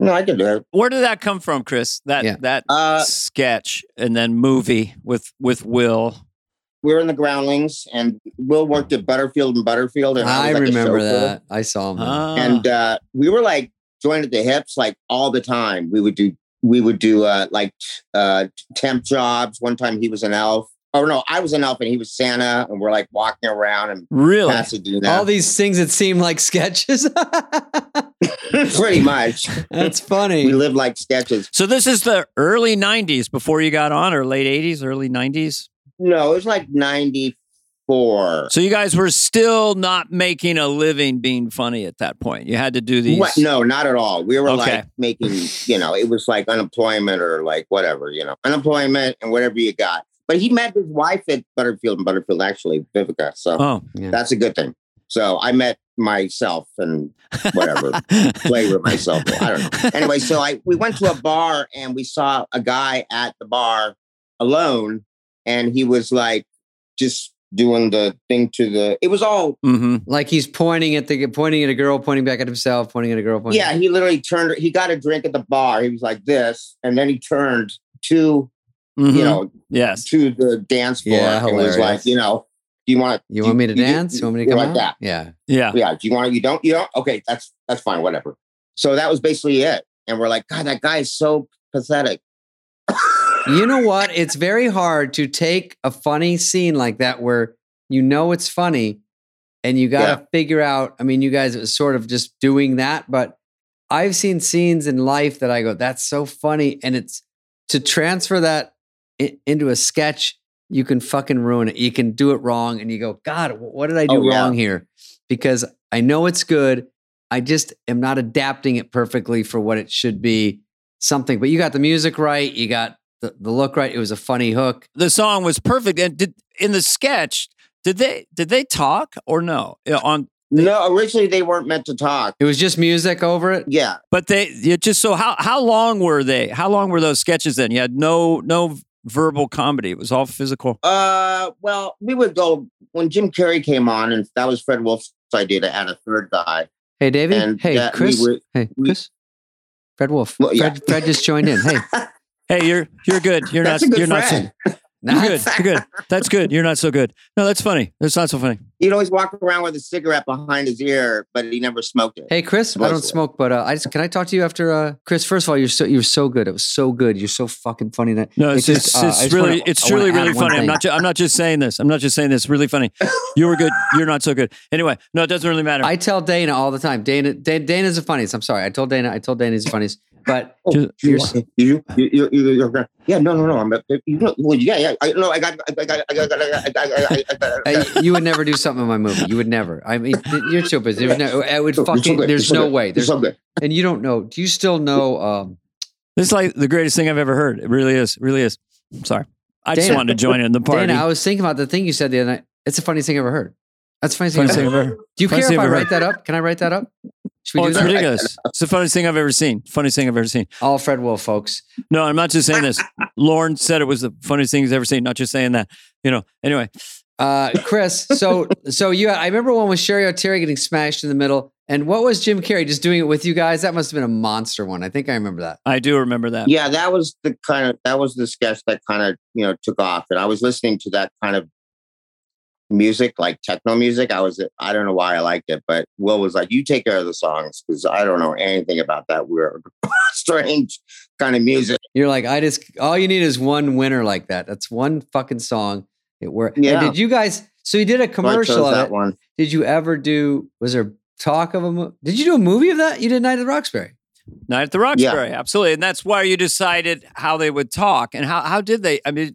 C: No, I could do it.
B: Where did that come from, Chris? That
A: Yeah.
B: that
C: Uh,
B: sketch and then movie with with Will.
C: we were in the Groundlings, and Will worked at Butterfield and Butterfield, and
A: I
C: was, like, a
A: remember
C: chauffeur.
A: that. I saw him.
B: Ah.
C: Oh, And uh, we were like joined at the hips, like all the time. We would do we would do uh, like uh, temp jobs. One time he was an elf. Oh no, I was an elf and he was Santa, and we're like walking around and
B: really?
C: Pasadena,
A: All these things that seem like sketches.
C: pretty much.
A: That's
C: We
A: funny.
C: lived like sketches.
B: So this is the early '90s before you got on, or late '80s, early '90s.
C: No, it was like ninety four.
B: So you guys were still not making a living being funny at that point. You had to do these.
C: What? No, not at all. We were
B: Okay.
C: like making, you know, it was like unemployment or like whatever, you know, unemployment and whatever you got. But he met his wife at Butterfield and Butterfield, actually, Vivica. So
B: Oh,
C: that's a good thing. So I met myself and whatever, play with myself. I don't know. Anyway, so I we went to a bar and we saw a guy at the bar alone, and he was like just doing the thing to the. It was all.
B: Mm-hmm.
A: Like he's pointing at the pointing at a girl, pointing back at himself, pointing at a girl, pointing.
C: Yeah, he literally turned. He got a drink at the bar. He was like this, and then he turned to you know
B: mm-hmm. Yes.
C: to the dance floor
A: Mm-hmm. Yeah,
C: and was like,
A: hilarious.
C: you know, do you want
A: You want me to dance? You, want me to come
C: like
A: out?
C: that?
A: Yeah.
B: Yeah.
C: yeah do you want to you don't you don't okay that's that's fine whatever so that was basically it and we're like god that guy is so pathetic
A: You know what? It's very hard to take a funny scene like that where you know it's funny and you got to figure out. I mean, you guys, it was sort of just doing that, but I've seen scenes in life that I go, that's so funny. And it's to transfer that i- into a sketch, you can fucking ruin it. You can do it wrong and you go, God, wh- what did I do
C: Oh, yeah.
A: wrong here? Because I know it's good. I just am not adapting it perfectly for what it should be something. But you got the music right. You got the, the look right. It was a funny hook.
B: The song was perfect. And did in the sketch, did they did they talk or no? Yeah, On
C: no originally they weren't meant to talk
A: It was just music over it.
C: yeah
B: but they it just so how how long were they? How long were those sketches then? You had no no verbal comedy. It was all physical.
C: uh well we would go when jim carrey came on and that was fred wolf's idea to add a third guy
A: Hey, Davey.
C: And
A: hey,
C: that we
A: Chris.
C: were-
A: hey,
C: we-
A: Chris. Fred Wolf.
C: Well, yeah.
A: Fred, Fred just joined in. Hey,
B: Hey, you're you're good. You're
C: that's
B: not
C: a good
B: you're not so,
C: friend
A: nah,
B: you're good. You're good. That's good. You're not so good. No, that's funny. That's not so funny.
C: he'd always walk around with a cigarette behind his ear but he never smoked it
A: Hey Chris, I don't
C: Mostly.
A: smoke, but uh, I just can I talk to you after uh, Chris? First of all, you're so you're so good. It was so good. You're so fucking funny. That
B: No,
A: It
B: it's
A: just,
B: it's,
A: uh, I
B: it's
A: just
B: really
A: wanna-
B: it's
A: I wanna
B: really
A: add
B: really
A: one
B: funny. I'm
A: thing.
B: not ju- I'm not just saying this. I'm not just saying this. It's really funny. You were good. You're not so good. Anyway, no, it doesn't really matter.
A: I tell Dana all the time. Dana, Dana Dana's the funniest. I'm sorry, I told Dana. I told Dana he's the funniest. But
C: Oh,
B: Just-
C: you,
A: Here's-
C: you, you, you, you, you're gonna- yeah, no, no, no. I'm, you know, well, yeah, yeah. I, no, I got, I got, I got, I got, I got, I got, I got, I got, I
A: uh,
C: got.
A: you would never do something in my movie. You would never. I mean, you're too busy. There's no, I would
C: You're so
A: fucking.
C: good.
A: There's
C: You're so
A: no
C: good.
A: way.
C: You're
A: There's
C: so good.
A: and you don't know. Do you still know? Um,
B: This is like the greatest thing I've ever heard. It really is. It really is. I'm sorry. I just
A: Dana.
B: wanted to join in the party.
A: Dana, I was thinking about the thing you said the other night. It's the funniest thing I've ever heard. That's the funniest thing. I've
B: Funniest thing
A: ever
B: I've
A: heard.
B: ever heard.
A: Do you care
B: Funniest
A: if
B: thing
A: I
B: I've
A: write that
B: heard.
A: up? Can I write that up? Should we
B: Oh,
A: do
B: it's
A: that?
B: ridiculous. It's the funniest thing I've ever seen. Funniest thing I've ever seen.
A: All Fred Wolf folks.
B: No, I'm not just saying this. Lauren said it was the funniest thing he's ever seen. Not just saying that. You know. Anyway,
A: Uh, Chris, so so you, I remember one with Sherry O'Terry getting smashed in the middle, and what was Jim Carrey just doing it with you guys? That must have been a monster one. I think I remember that.
B: I do remember that.
C: Yeah, that was the kind of that was the sketch that kind of you know took off, and I was listening to that kind of music, like techno music. I was I don't know why I liked it, but Will was like, "You take care of the songs because I don't know anything about that weird, strange kind of music."
A: You're like, I just all you need is one winner like that. That's one fucking song. It worked.
C: Yeah.
A: And did you guys? So you did a
C: So I
A: commercial
C: chose
A: of
C: that
A: it.
C: one.
A: Did you ever do? Was there talk of a? mo- Did you do a movie of that? You did Night at the Roxbury.
B: Night at the Roxbury, absolutely, and that's why you decided how they would talk and how how did they? I mean,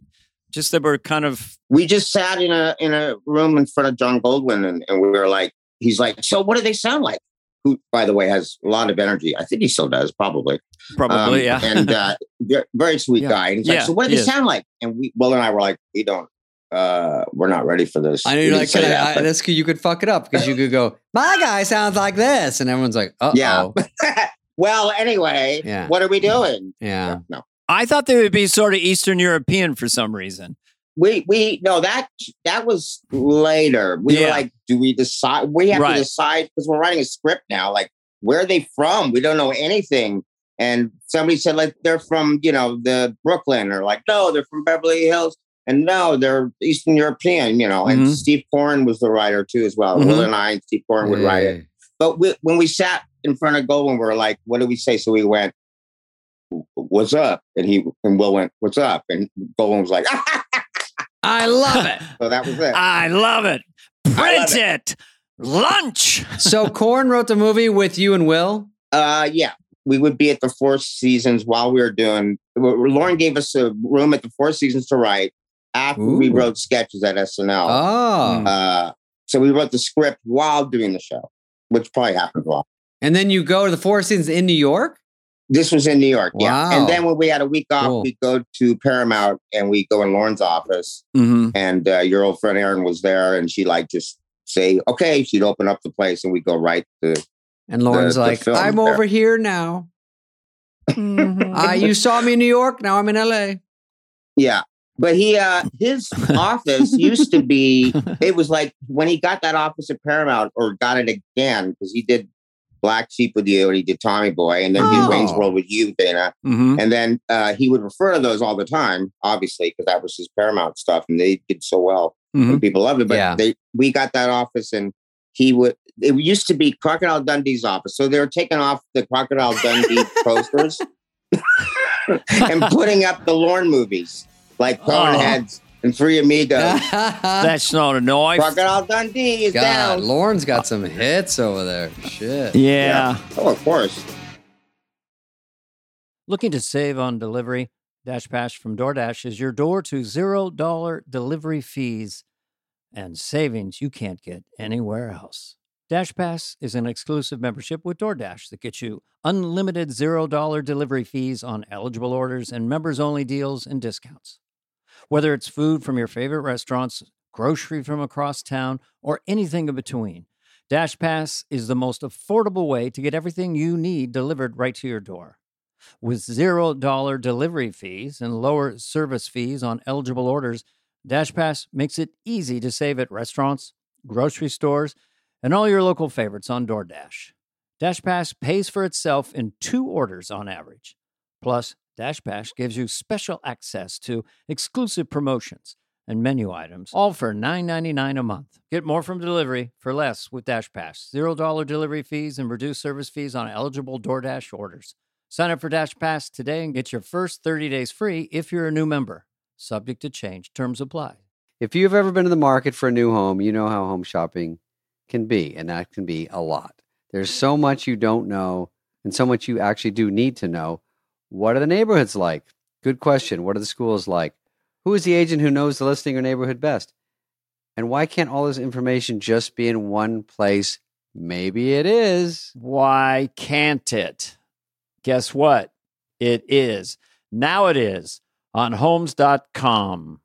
B: just they were kind of
C: we just sat in a in a room in front of John Goldwyn, and, and we were like, he's like, so what do they sound like? Who, by the way, has a lot of energy. I think he still does, probably.
B: probably
C: Um,
B: yeah.
C: and uh, ve- very sweet
B: Yeah.
C: guy. And he's
B: Yeah,
C: like, so what do they
B: yes.
C: sound like? And we, Will and I were like, we don't. Uh, we're not ready for this.
A: I know
C: We
A: you're
C: didn't
A: like,
C: say
A: can I,
C: that,
A: I,
C: but-
A: that's you could fuck it up because you could go, my guy sounds like this, and everyone's like, uh
C: Yeah.
A: oh,
C: well, anyway,
A: Yeah.
C: what are we doing?
A: yeah.
C: No,
B: I thought they would be sort of Eastern European for some reason.
C: we we no that that was later. We
B: Yeah.
C: were like, do we decide? We have
B: Right.
C: to decide because we're writing a script now. Like, where are they from? We don't know anything. And somebody said like they're from you know the Brooklyn or like no they're from Beverly Hills. And no, they're Eastern European, you know. And
B: Mhm.
C: Steve Corn was the writer too, as well.
B: Mhm.
C: Will and I and Steve Corn would write it. But we, when we sat in front of Goldwyn, we were like, "What do we say?" So we went, "What's up?" And he and Will went, "What's up?" And Goldwyn was like,
B: I love it.
C: "So that was it."
B: I love it.
C: I love
B: Print it. Lunch.
A: so Corn wrote the movie with you and Will.
C: Uh, yeah, we would be at the Four Seasons while we were doing. Lauren gave us a room at the Four Seasons to write after we
A: Ooh.
C: wrote sketches at SNL.
A: Oh.
C: Uh, so we wrote the script while doing the show, which probably happened a lot.
A: And then you go to the Four Seasons in New York?
C: This was in New York, yeah.
A: Wow.
C: And then when we had a week off,
A: Cool.
C: we go to Paramount and we go in Lauren's office,
A: Mm.
B: Mm-hmm.
C: and uh, your old friend Erin was there, and she like just say, "Okay," she'd open up the place, and we go right to.
A: And Lauren's
C: the
A: like,
C: film
A: I'm
C: there.
A: over here now.
B: Mm-hmm.
A: Uh, you saw me in New York. Now I'm in LA.
C: Yeah. But he uh his office used to be it was like when he got that office at Paramount or got it again, because he did Black Sheep with you and he did Tommy Boy and then
A: Oh.
C: did Wayne's World with you, Dana.
B: Mm-hmm.
C: And then uh he would refer to those all the time, obviously, because that was his Paramount stuff and they did so well
B: Mhm.
C: and people loved it. But
A: Mm-hmm. Yeah.
C: they we got that office and he would it used to be Crocodile Dundee's office. So they were taking off the Crocodile Dundee posters and putting up the Lorne movies like Coneheads
B: Oh.
C: Heads and Three Amigos.
B: That's not a knife.
C: Crocodile Dundee is
A: God,
C: down.
A: Lauren's got some hits over there. Shit.
B: yeah.
C: Oh, of course.
B: Looking to save on delivery? Dash Pash from DoorDash is your door to $0 delivery fees and savings you can't get anywhere else. Dash Pass is an exclusive membership with DoorDash that gets you unlimited $0 delivery fees on eligible orders and members only deals and discounts. Whether it's food from your favorite restaurants, grocery from across town, or anything in between, Dash Pass is the most affordable way to get everything you need delivered right to your door. With $0 delivery fees and lower service fees on eligible orders, DashPass makes it easy to save at restaurants, grocery stores, and all your local favorites on DoorDash. DashPass pays for itself in two orders on average. Plus, DashPass gives you special access to exclusive promotions and menu items, all for $9.99 a month. Get more from delivery for less with DashPass. $0 delivery fees and reduced service fees on eligible DoorDash orders. Sign up for Dash Pass today and get your first 30 days free if you're a new member. Subject to change. Terms apply.
A: If you've ever been to the market for a new home, you know how home shopping can be, and that can be a lot. There's so much you don't know, and so much you actually do need to know. What are the neighborhoods like? Good question. What are the schools like? Who is the agent who knows the listing or neighborhood best? And why can't all this information just be in one place? Maybe it is.
B: Why can't it? Guess what? It is. Now it is on homes.com.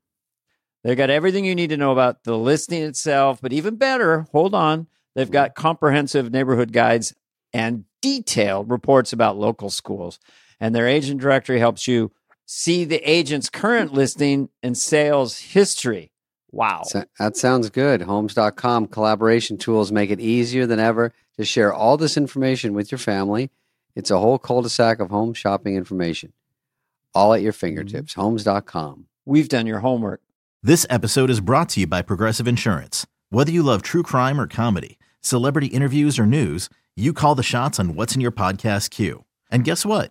B: They've got everything you need to know about the listing itself, but even better, hold on, they've got comprehensive neighborhood guides and detailed reports about local schools. And their agent directory helps you see the agent's current listing and sales history. Wow.
A: So- That sounds good. Homes.com collaboration tools make it easier than ever to share all this information with your family. It's a whole cul de sac of home shopping information, all at your fingertips.
C: Mm-hmm.
A: Homes.com.
B: We've done your homework.
E: This episode is brought to you by Progressive Insurance. Whether you love true crime or comedy, celebrity interviews or news, you call the shots on what's in your podcast queue. And guess what?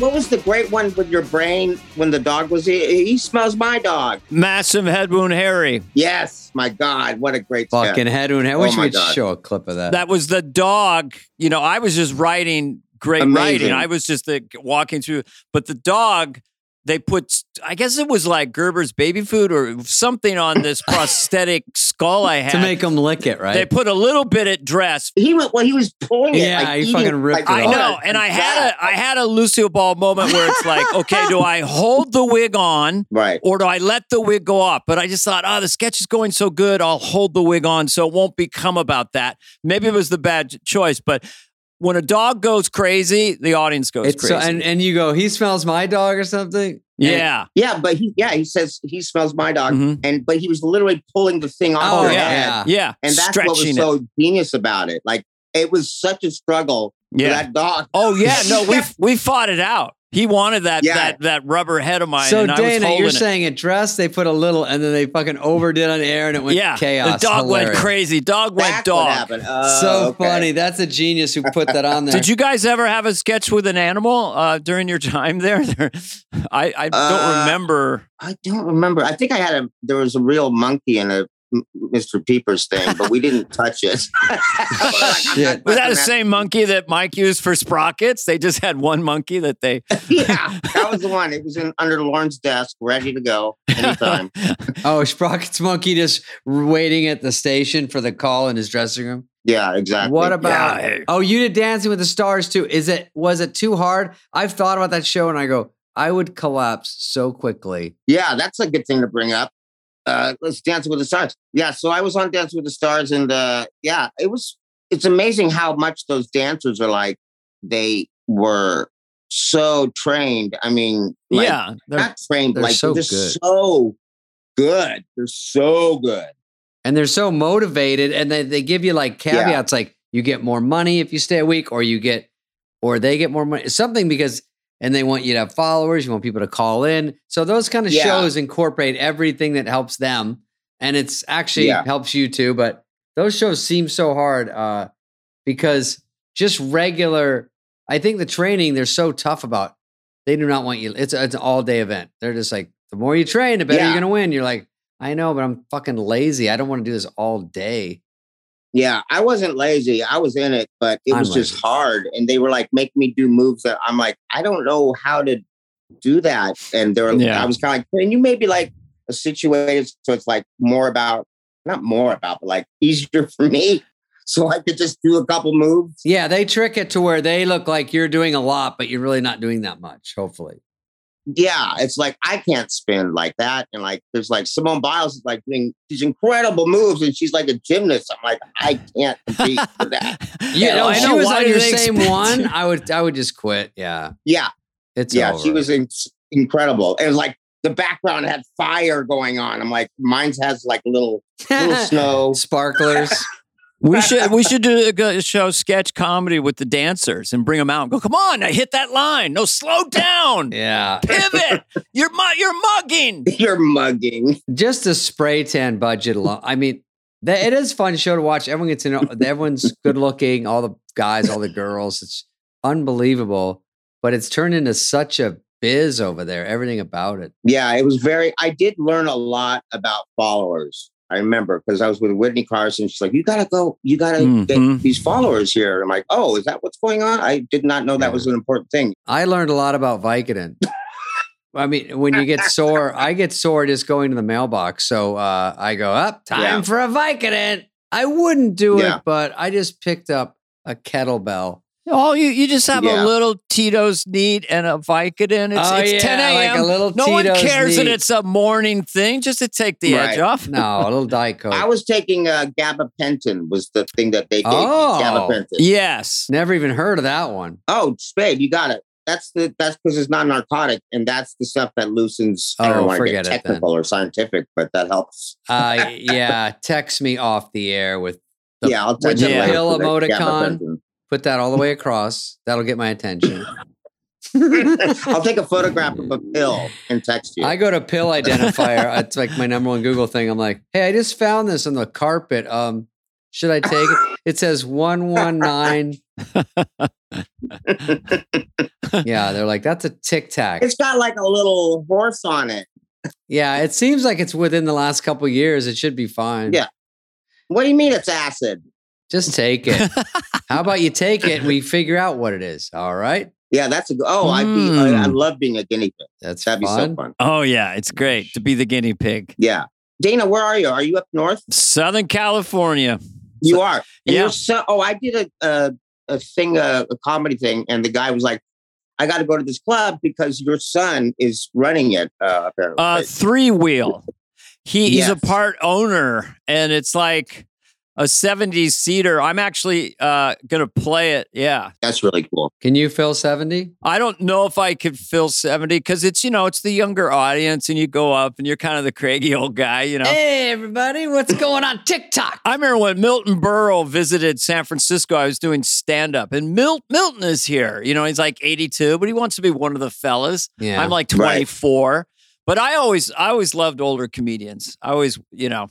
C: What was the great one with your brain when the dog was he, he smells my dog?
B: Massive head wound Harry.
C: Yes, my God, what a great sketch.
A: Fucking head wound. I
C: Oh
A: wish
C: my
A: we'd
C: God.
A: show a clip of that.
B: That was the dog. You know, I was just writing great
C: Amazing.
B: writing. I was just like, walking through, but the dog they put I guess it was like Gerber's baby food or something on this prosthetic skull I had.
A: to make them lick it,
B: They
A: right?
B: put a little bit at dress.
C: He went well. He was pulling it.
A: Yeah,
C: like,
A: he
C: eating
A: fucking
C: it,
A: ripped
C: like,
A: it
B: I
A: off.
B: know, and I had a I had a Lucille Ball moment where it's like, okay, do I hold the wig on
C: right.
B: or do I let the wig go off? But I just thought, oh, the sketch is going so good, I'll hold the wig on, so it won't become about that. Maybe it was the bad choice, but when a dog goes crazy, the audience goes
A: It's
B: crazy.
A: so, and and you go, he smells my dog or something.
B: yeah,
C: Yeah, but he yeah he says he smells my dog,
B: Mhm.
C: and but he was literally pulling the thing off.
A: Mm-hmm. Oh,
C: her
B: yeah.
C: head.
B: yeah,
C: and that's
B: stretching
C: what was
B: it.
C: so genius about it. Like it was such a struggle
B: yeah.
C: for that dog.
B: Oh yeah, no, we we fought it out. He wanted that
C: Yeah.
B: that that rubber head of mine,
A: so
B: and I was
A: Dana,
B: holding
A: you're
B: it.
A: saying it dressed, they put a little, and then they fucking overdid on air, and it went
B: yeah,
A: chaos.
B: the dog went
A: Hilarious.
B: crazy. Dog went
C: That's what
B: dog.
C: happened. Oh,
A: so
C: okay.
A: funny. That's a genius who put that on there.
B: Did you guys ever have a sketch with an animal uh, during your time there? There- I, I don't
C: Uh,
B: remember.
C: I don't remember. I think I had a there was a real monkey in a M- Mr. Peepers thing, but we didn't touch it.
A: Shit.
B: Was that the same monkey that Mike used for sprockets? They just had one monkey that they.
C: Yeah, that was the one. It was in under Lauren's desk, ready to go anytime.
A: Oh, Sprocket's monkey just waiting at the station for the call in his dressing room.
C: Yeah, exactly.
A: What about?
B: Yeah.
A: Oh, you did Dancing with the Stars too. Is it was it too hard? I've thought about that show, and I go, I would collapse so quickly.
C: Yeah, that's a good thing to bring up. Uh, let's dance with the stars. Yeah, so I was on Dance with the Stars, and uh, yeah, it was. It's amazing how much those dancers are like. They were so trained. I mean, like,
B: yeah, they're-
C: not trained.
A: they're
C: like
A: so
C: they're just
A: good.
C: so good. They're so good.
A: and they're so motivated and they, they give you like
C: Yeah.
A: caveats like you get more money if you stay a week or you get or they get more money something because and they want you to have followers you want people to call in so those kind of
C: Yeah.
A: shows incorporate everything that helps them and it's actually
C: Yeah.
A: helps you too but those shows seem so hard uh because just regular i think the training they're so tough about they do not want you it's, it's an all-day event they're just like the more you train the better
C: Yeah.
A: you're gonna win you're like I know, but I'm fucking lazy. I don't want to do this all day.
C: Yeah, I wasn't lazy. I was in it, but it
A: I'm
C: was just
A: lazy.
C: hard. And they were like, make me do moves that I'm like, I don't know how to do that. And they were,
B: Yeah.
C: I was kind of like, can you maybe like a situated so it's like more about, not more about, but like easier for me. So I could just do a couple moves.
A: Yeah, they trick it to where they look like you're doing a lot, but you're really not doing that much, hopefully.
C: Yeah, it's like I can't spin like that. And like there's like Simone Biles is like doing these incredible moves and she's like a gymnast. I'm like, I can't compete with that.
A: You
C: Yeah,
A: know,
C: well,
A: if
C: I
A: she
C: know
A: was
B: why
A: on
B: do
A: your
B: they
A: same
B: expect
A: one,
B: you-
A: I would I would just quit. Yeah.
C: Yeah.
A: It's
C: yeah, she
A: over.
C: was in- incredible. It was like the background had fire going on. I'm like, mine's has like little little snow.
A: sparklers.
B: we should we should do a go- show sketch comedy with the dancers and bring them out and go. Come on, now hit that line. No, slow down.
A: yeah.
B: Pivot. You're mu- you're mugging.
C: You're mugging.
A: Just the spray tan budget alone. I mean, that, it is a fun show to watch. Everyone gets to know everyone's good looking, all the guys, all the girls. It's unbelievable. But it's turned into such a biz over there, everything about it.
C: Yeah, it was very. I did learn a lot about followers. I remember because I was with Whitney Carson. She's like, "You gotta go. You gotta
B: Mhm.
C: get these followers here." I'm like, "Oh, is that what's going on?" I did not know that was an important thing.
A: I learned a lot about Vicodin. I mean, when you get sore, I get sore just going to the mailbox. So uh, I go up, time
C: Yeah.
A: for a Vicodin. I wouldn't do
C: Yeah.
A: it, but I just picked up a kettlebell.
B: Oh, you, you just have a
C: Yeah.
B: little Tito's neat and a Vicodin. It's,
A: Oh,
B: it's
A: yeah,
B: 10 a.m.
A: Like a little
B: no one
A: Tito's
B: cares that
A: neat.
B: it's a morning thing, just to take the edge
C: Right.
B: off.
A: no, a little Diet Coke.
C: I was taking uh, gabapentin was the thing that they gave me,
A: Oh.
C: gabapentin.
B: Yes.
A: Never even heard of that one.
C: Oh, Spade, you got it. That's the that's because it's not narcotic, and that's the stuff that loosens. I
A: Oh,
C: don't want to
A: forget
C: get
A: it then.
C: technical or scientific, but that helps.
A: Uh, yeah, text me off the air with The-
C: yeah, I'll
A: with
C: touch it
B: the
C: later
A: pill
C: for the
A: emoticon?
C: gabapentin.
A: put that all the way across. That'll get my attention.
C: I'll take a photograph of a pill and text you.
A: I go to pill identifier. it's like my number one Google thing. I'm like, hey, I just found this on the carpet. Um, should I take it? It says one one nine. Yeah, they're like, that's a tic tac.
C: it's got like a little horse on it.
A: Yeah, it seems like it's within the last couple years. It should be fine.
C: Yeah. What do you mean it's acid?
A: Just take it. How about you take it and we figure out what it is? All right.
C: Yeah, that's a. go- Oh, I'd be. I, I love being a guinea pig.
A: That's
C: That'd be so
A: Hmm. fun.
C: fun.
B: Oh yeah, it's great to be the guinea pig.
C: Yeah, Dana, where are you? Are you up north?
B: Southern California.
C: You are. And
B: yeah.
C: you're so. Oh, I did a a, a thing, a, a comedy thing, and the guy was like, "I got to go to this club because your son is running it." Uh, apparently.
B: Uh, three wheel. He, He's a
C: Yes.
B: part owner, and it's like a 70s seater. I'm actually uh, going to play it. Yeah.
C: that's really cool.
A: Can you fill 70?
B: I don't know if I could fill 70 because it's, you know, it's the younger audience, and you go up and you're kind of the craggy old guy, you know.
A: Hey, everybody, what's going on TikTok?
B: I remember when Milton Berle visited San Francisco, I was doing stand up, and Mil- Milton is here. You know, he's like 82, but he wants to be one of the fellas.
A: Yeah.
B: I'm like
C: Right.
B: 24. But I always I always loved older comedians. I always, you know,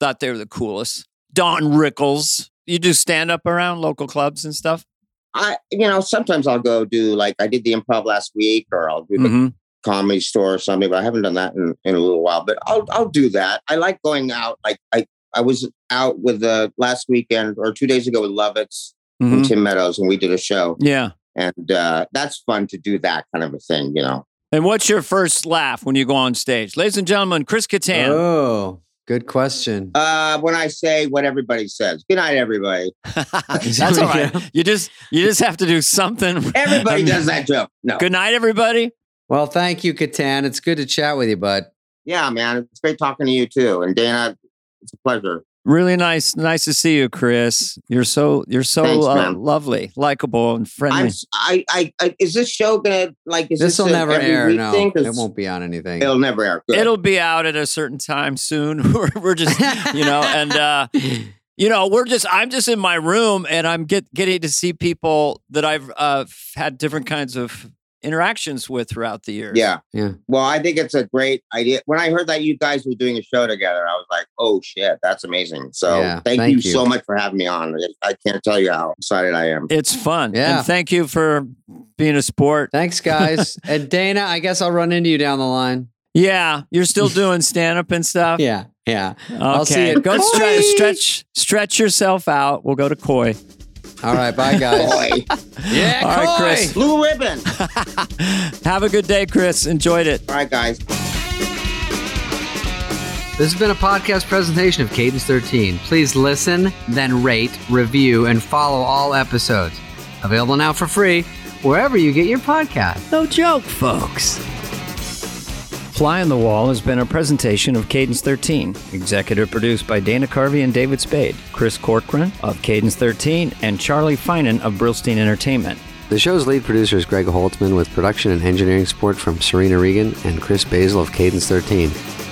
B: thought they were the coolest. Don Rickles. You do stand up around local clubs and stuff?
C: I, you know, sometimes I'll go do like I did the improv last week, or I'll do the
B: Mm-hmm.
C: comedy store or something, but I haven't done that in, in a little while. But I'll I'll do that. I like going out. Like I I was out with the last weekend or two days ago with Lovitz
B: Mm-hmm.
C: and Tim Meadows, and we did a show,
B: Yeah.
C: and uh, that's fun to do that kind of a thing, you know.
B: And what's your first laugh when you go on stage? Ladies and gentlemen, Chris Kattan.
A: Oh, good question.
C: Uh, when I say what everybody says, good night, everybody.
B: That's all right. You just you just have to do something.
C: Everybody does that joke. No,
B: Good night, everybody.
A: Well, thank you, Catan. It's good to chat with you, bud.
C: yeah, man, it's great talking to you too, and Dana, it's a pleasure.
B: Really nice, nice to see you, Chris. You're so you're so
C: Thanks,
B: uh,
C: man.
B: lovely, likable, and
C: I'm
B: friendly.
C: s- I, I I is this show gonna like is
A: This will
C: a
A: never
C: every
A: air.
C: week
A: No,
C: thing? 'Cause
A: it won't be on anything.
C: It'll never air. Good.
B: It'll be out at a certain time soon. we're, we're just you know, and uh, you know, we're just I'm just in my room and I'm get getting to see people that I've uh, had different kinds of interactions with throughout the years.
C: Yeah.
A: Yeah.
C: Well, I think it's a great idea. When I heard that you guys were doing a show together, I was like, oh shit, that's amazing. So
A: Yeah,
C: thank,
A: thank
C: you,
A: you.
C: so much for having me on. I can't tell you how excited I am.
B: It's fun.
A: Yeah.
B: And thank you for being a sport.
A: Thanks, guys. and Dana, I guess I'll run into you down the line.
B: Yeah. You're still doing stand up and stuff.
A: Yeah. Yeah.
B: Okay.
A: I'll see you at
B: Go
A: Koi.
B: stretch, stretch, stretch yourself out. We'll go to Koi.
A: All right. Bye, guys.
C: Boy,
A: yeah.
B: All right, Chris.
C: blue ribbon.
B: Have a good day, Chris. Enjoyed it.
C: All right, guys.
A: This has been a podcast presentation of Cadence 13. Please listen, then rate, review, and follow all episodes. Available now for free wherever you get your podcast.
B: No joke, folks. Fly on the Wall has been a presentation of Cadence 13, executive produced by Dana Carvey and David Spade, Chris Corcoran of Cadence 13, and Charlie Finan of Brillstein Entertainment.
A: The show's lead producer is Greg Holtzman with production and engineering support from Serena Regan and Chris Basil of Cadence 13.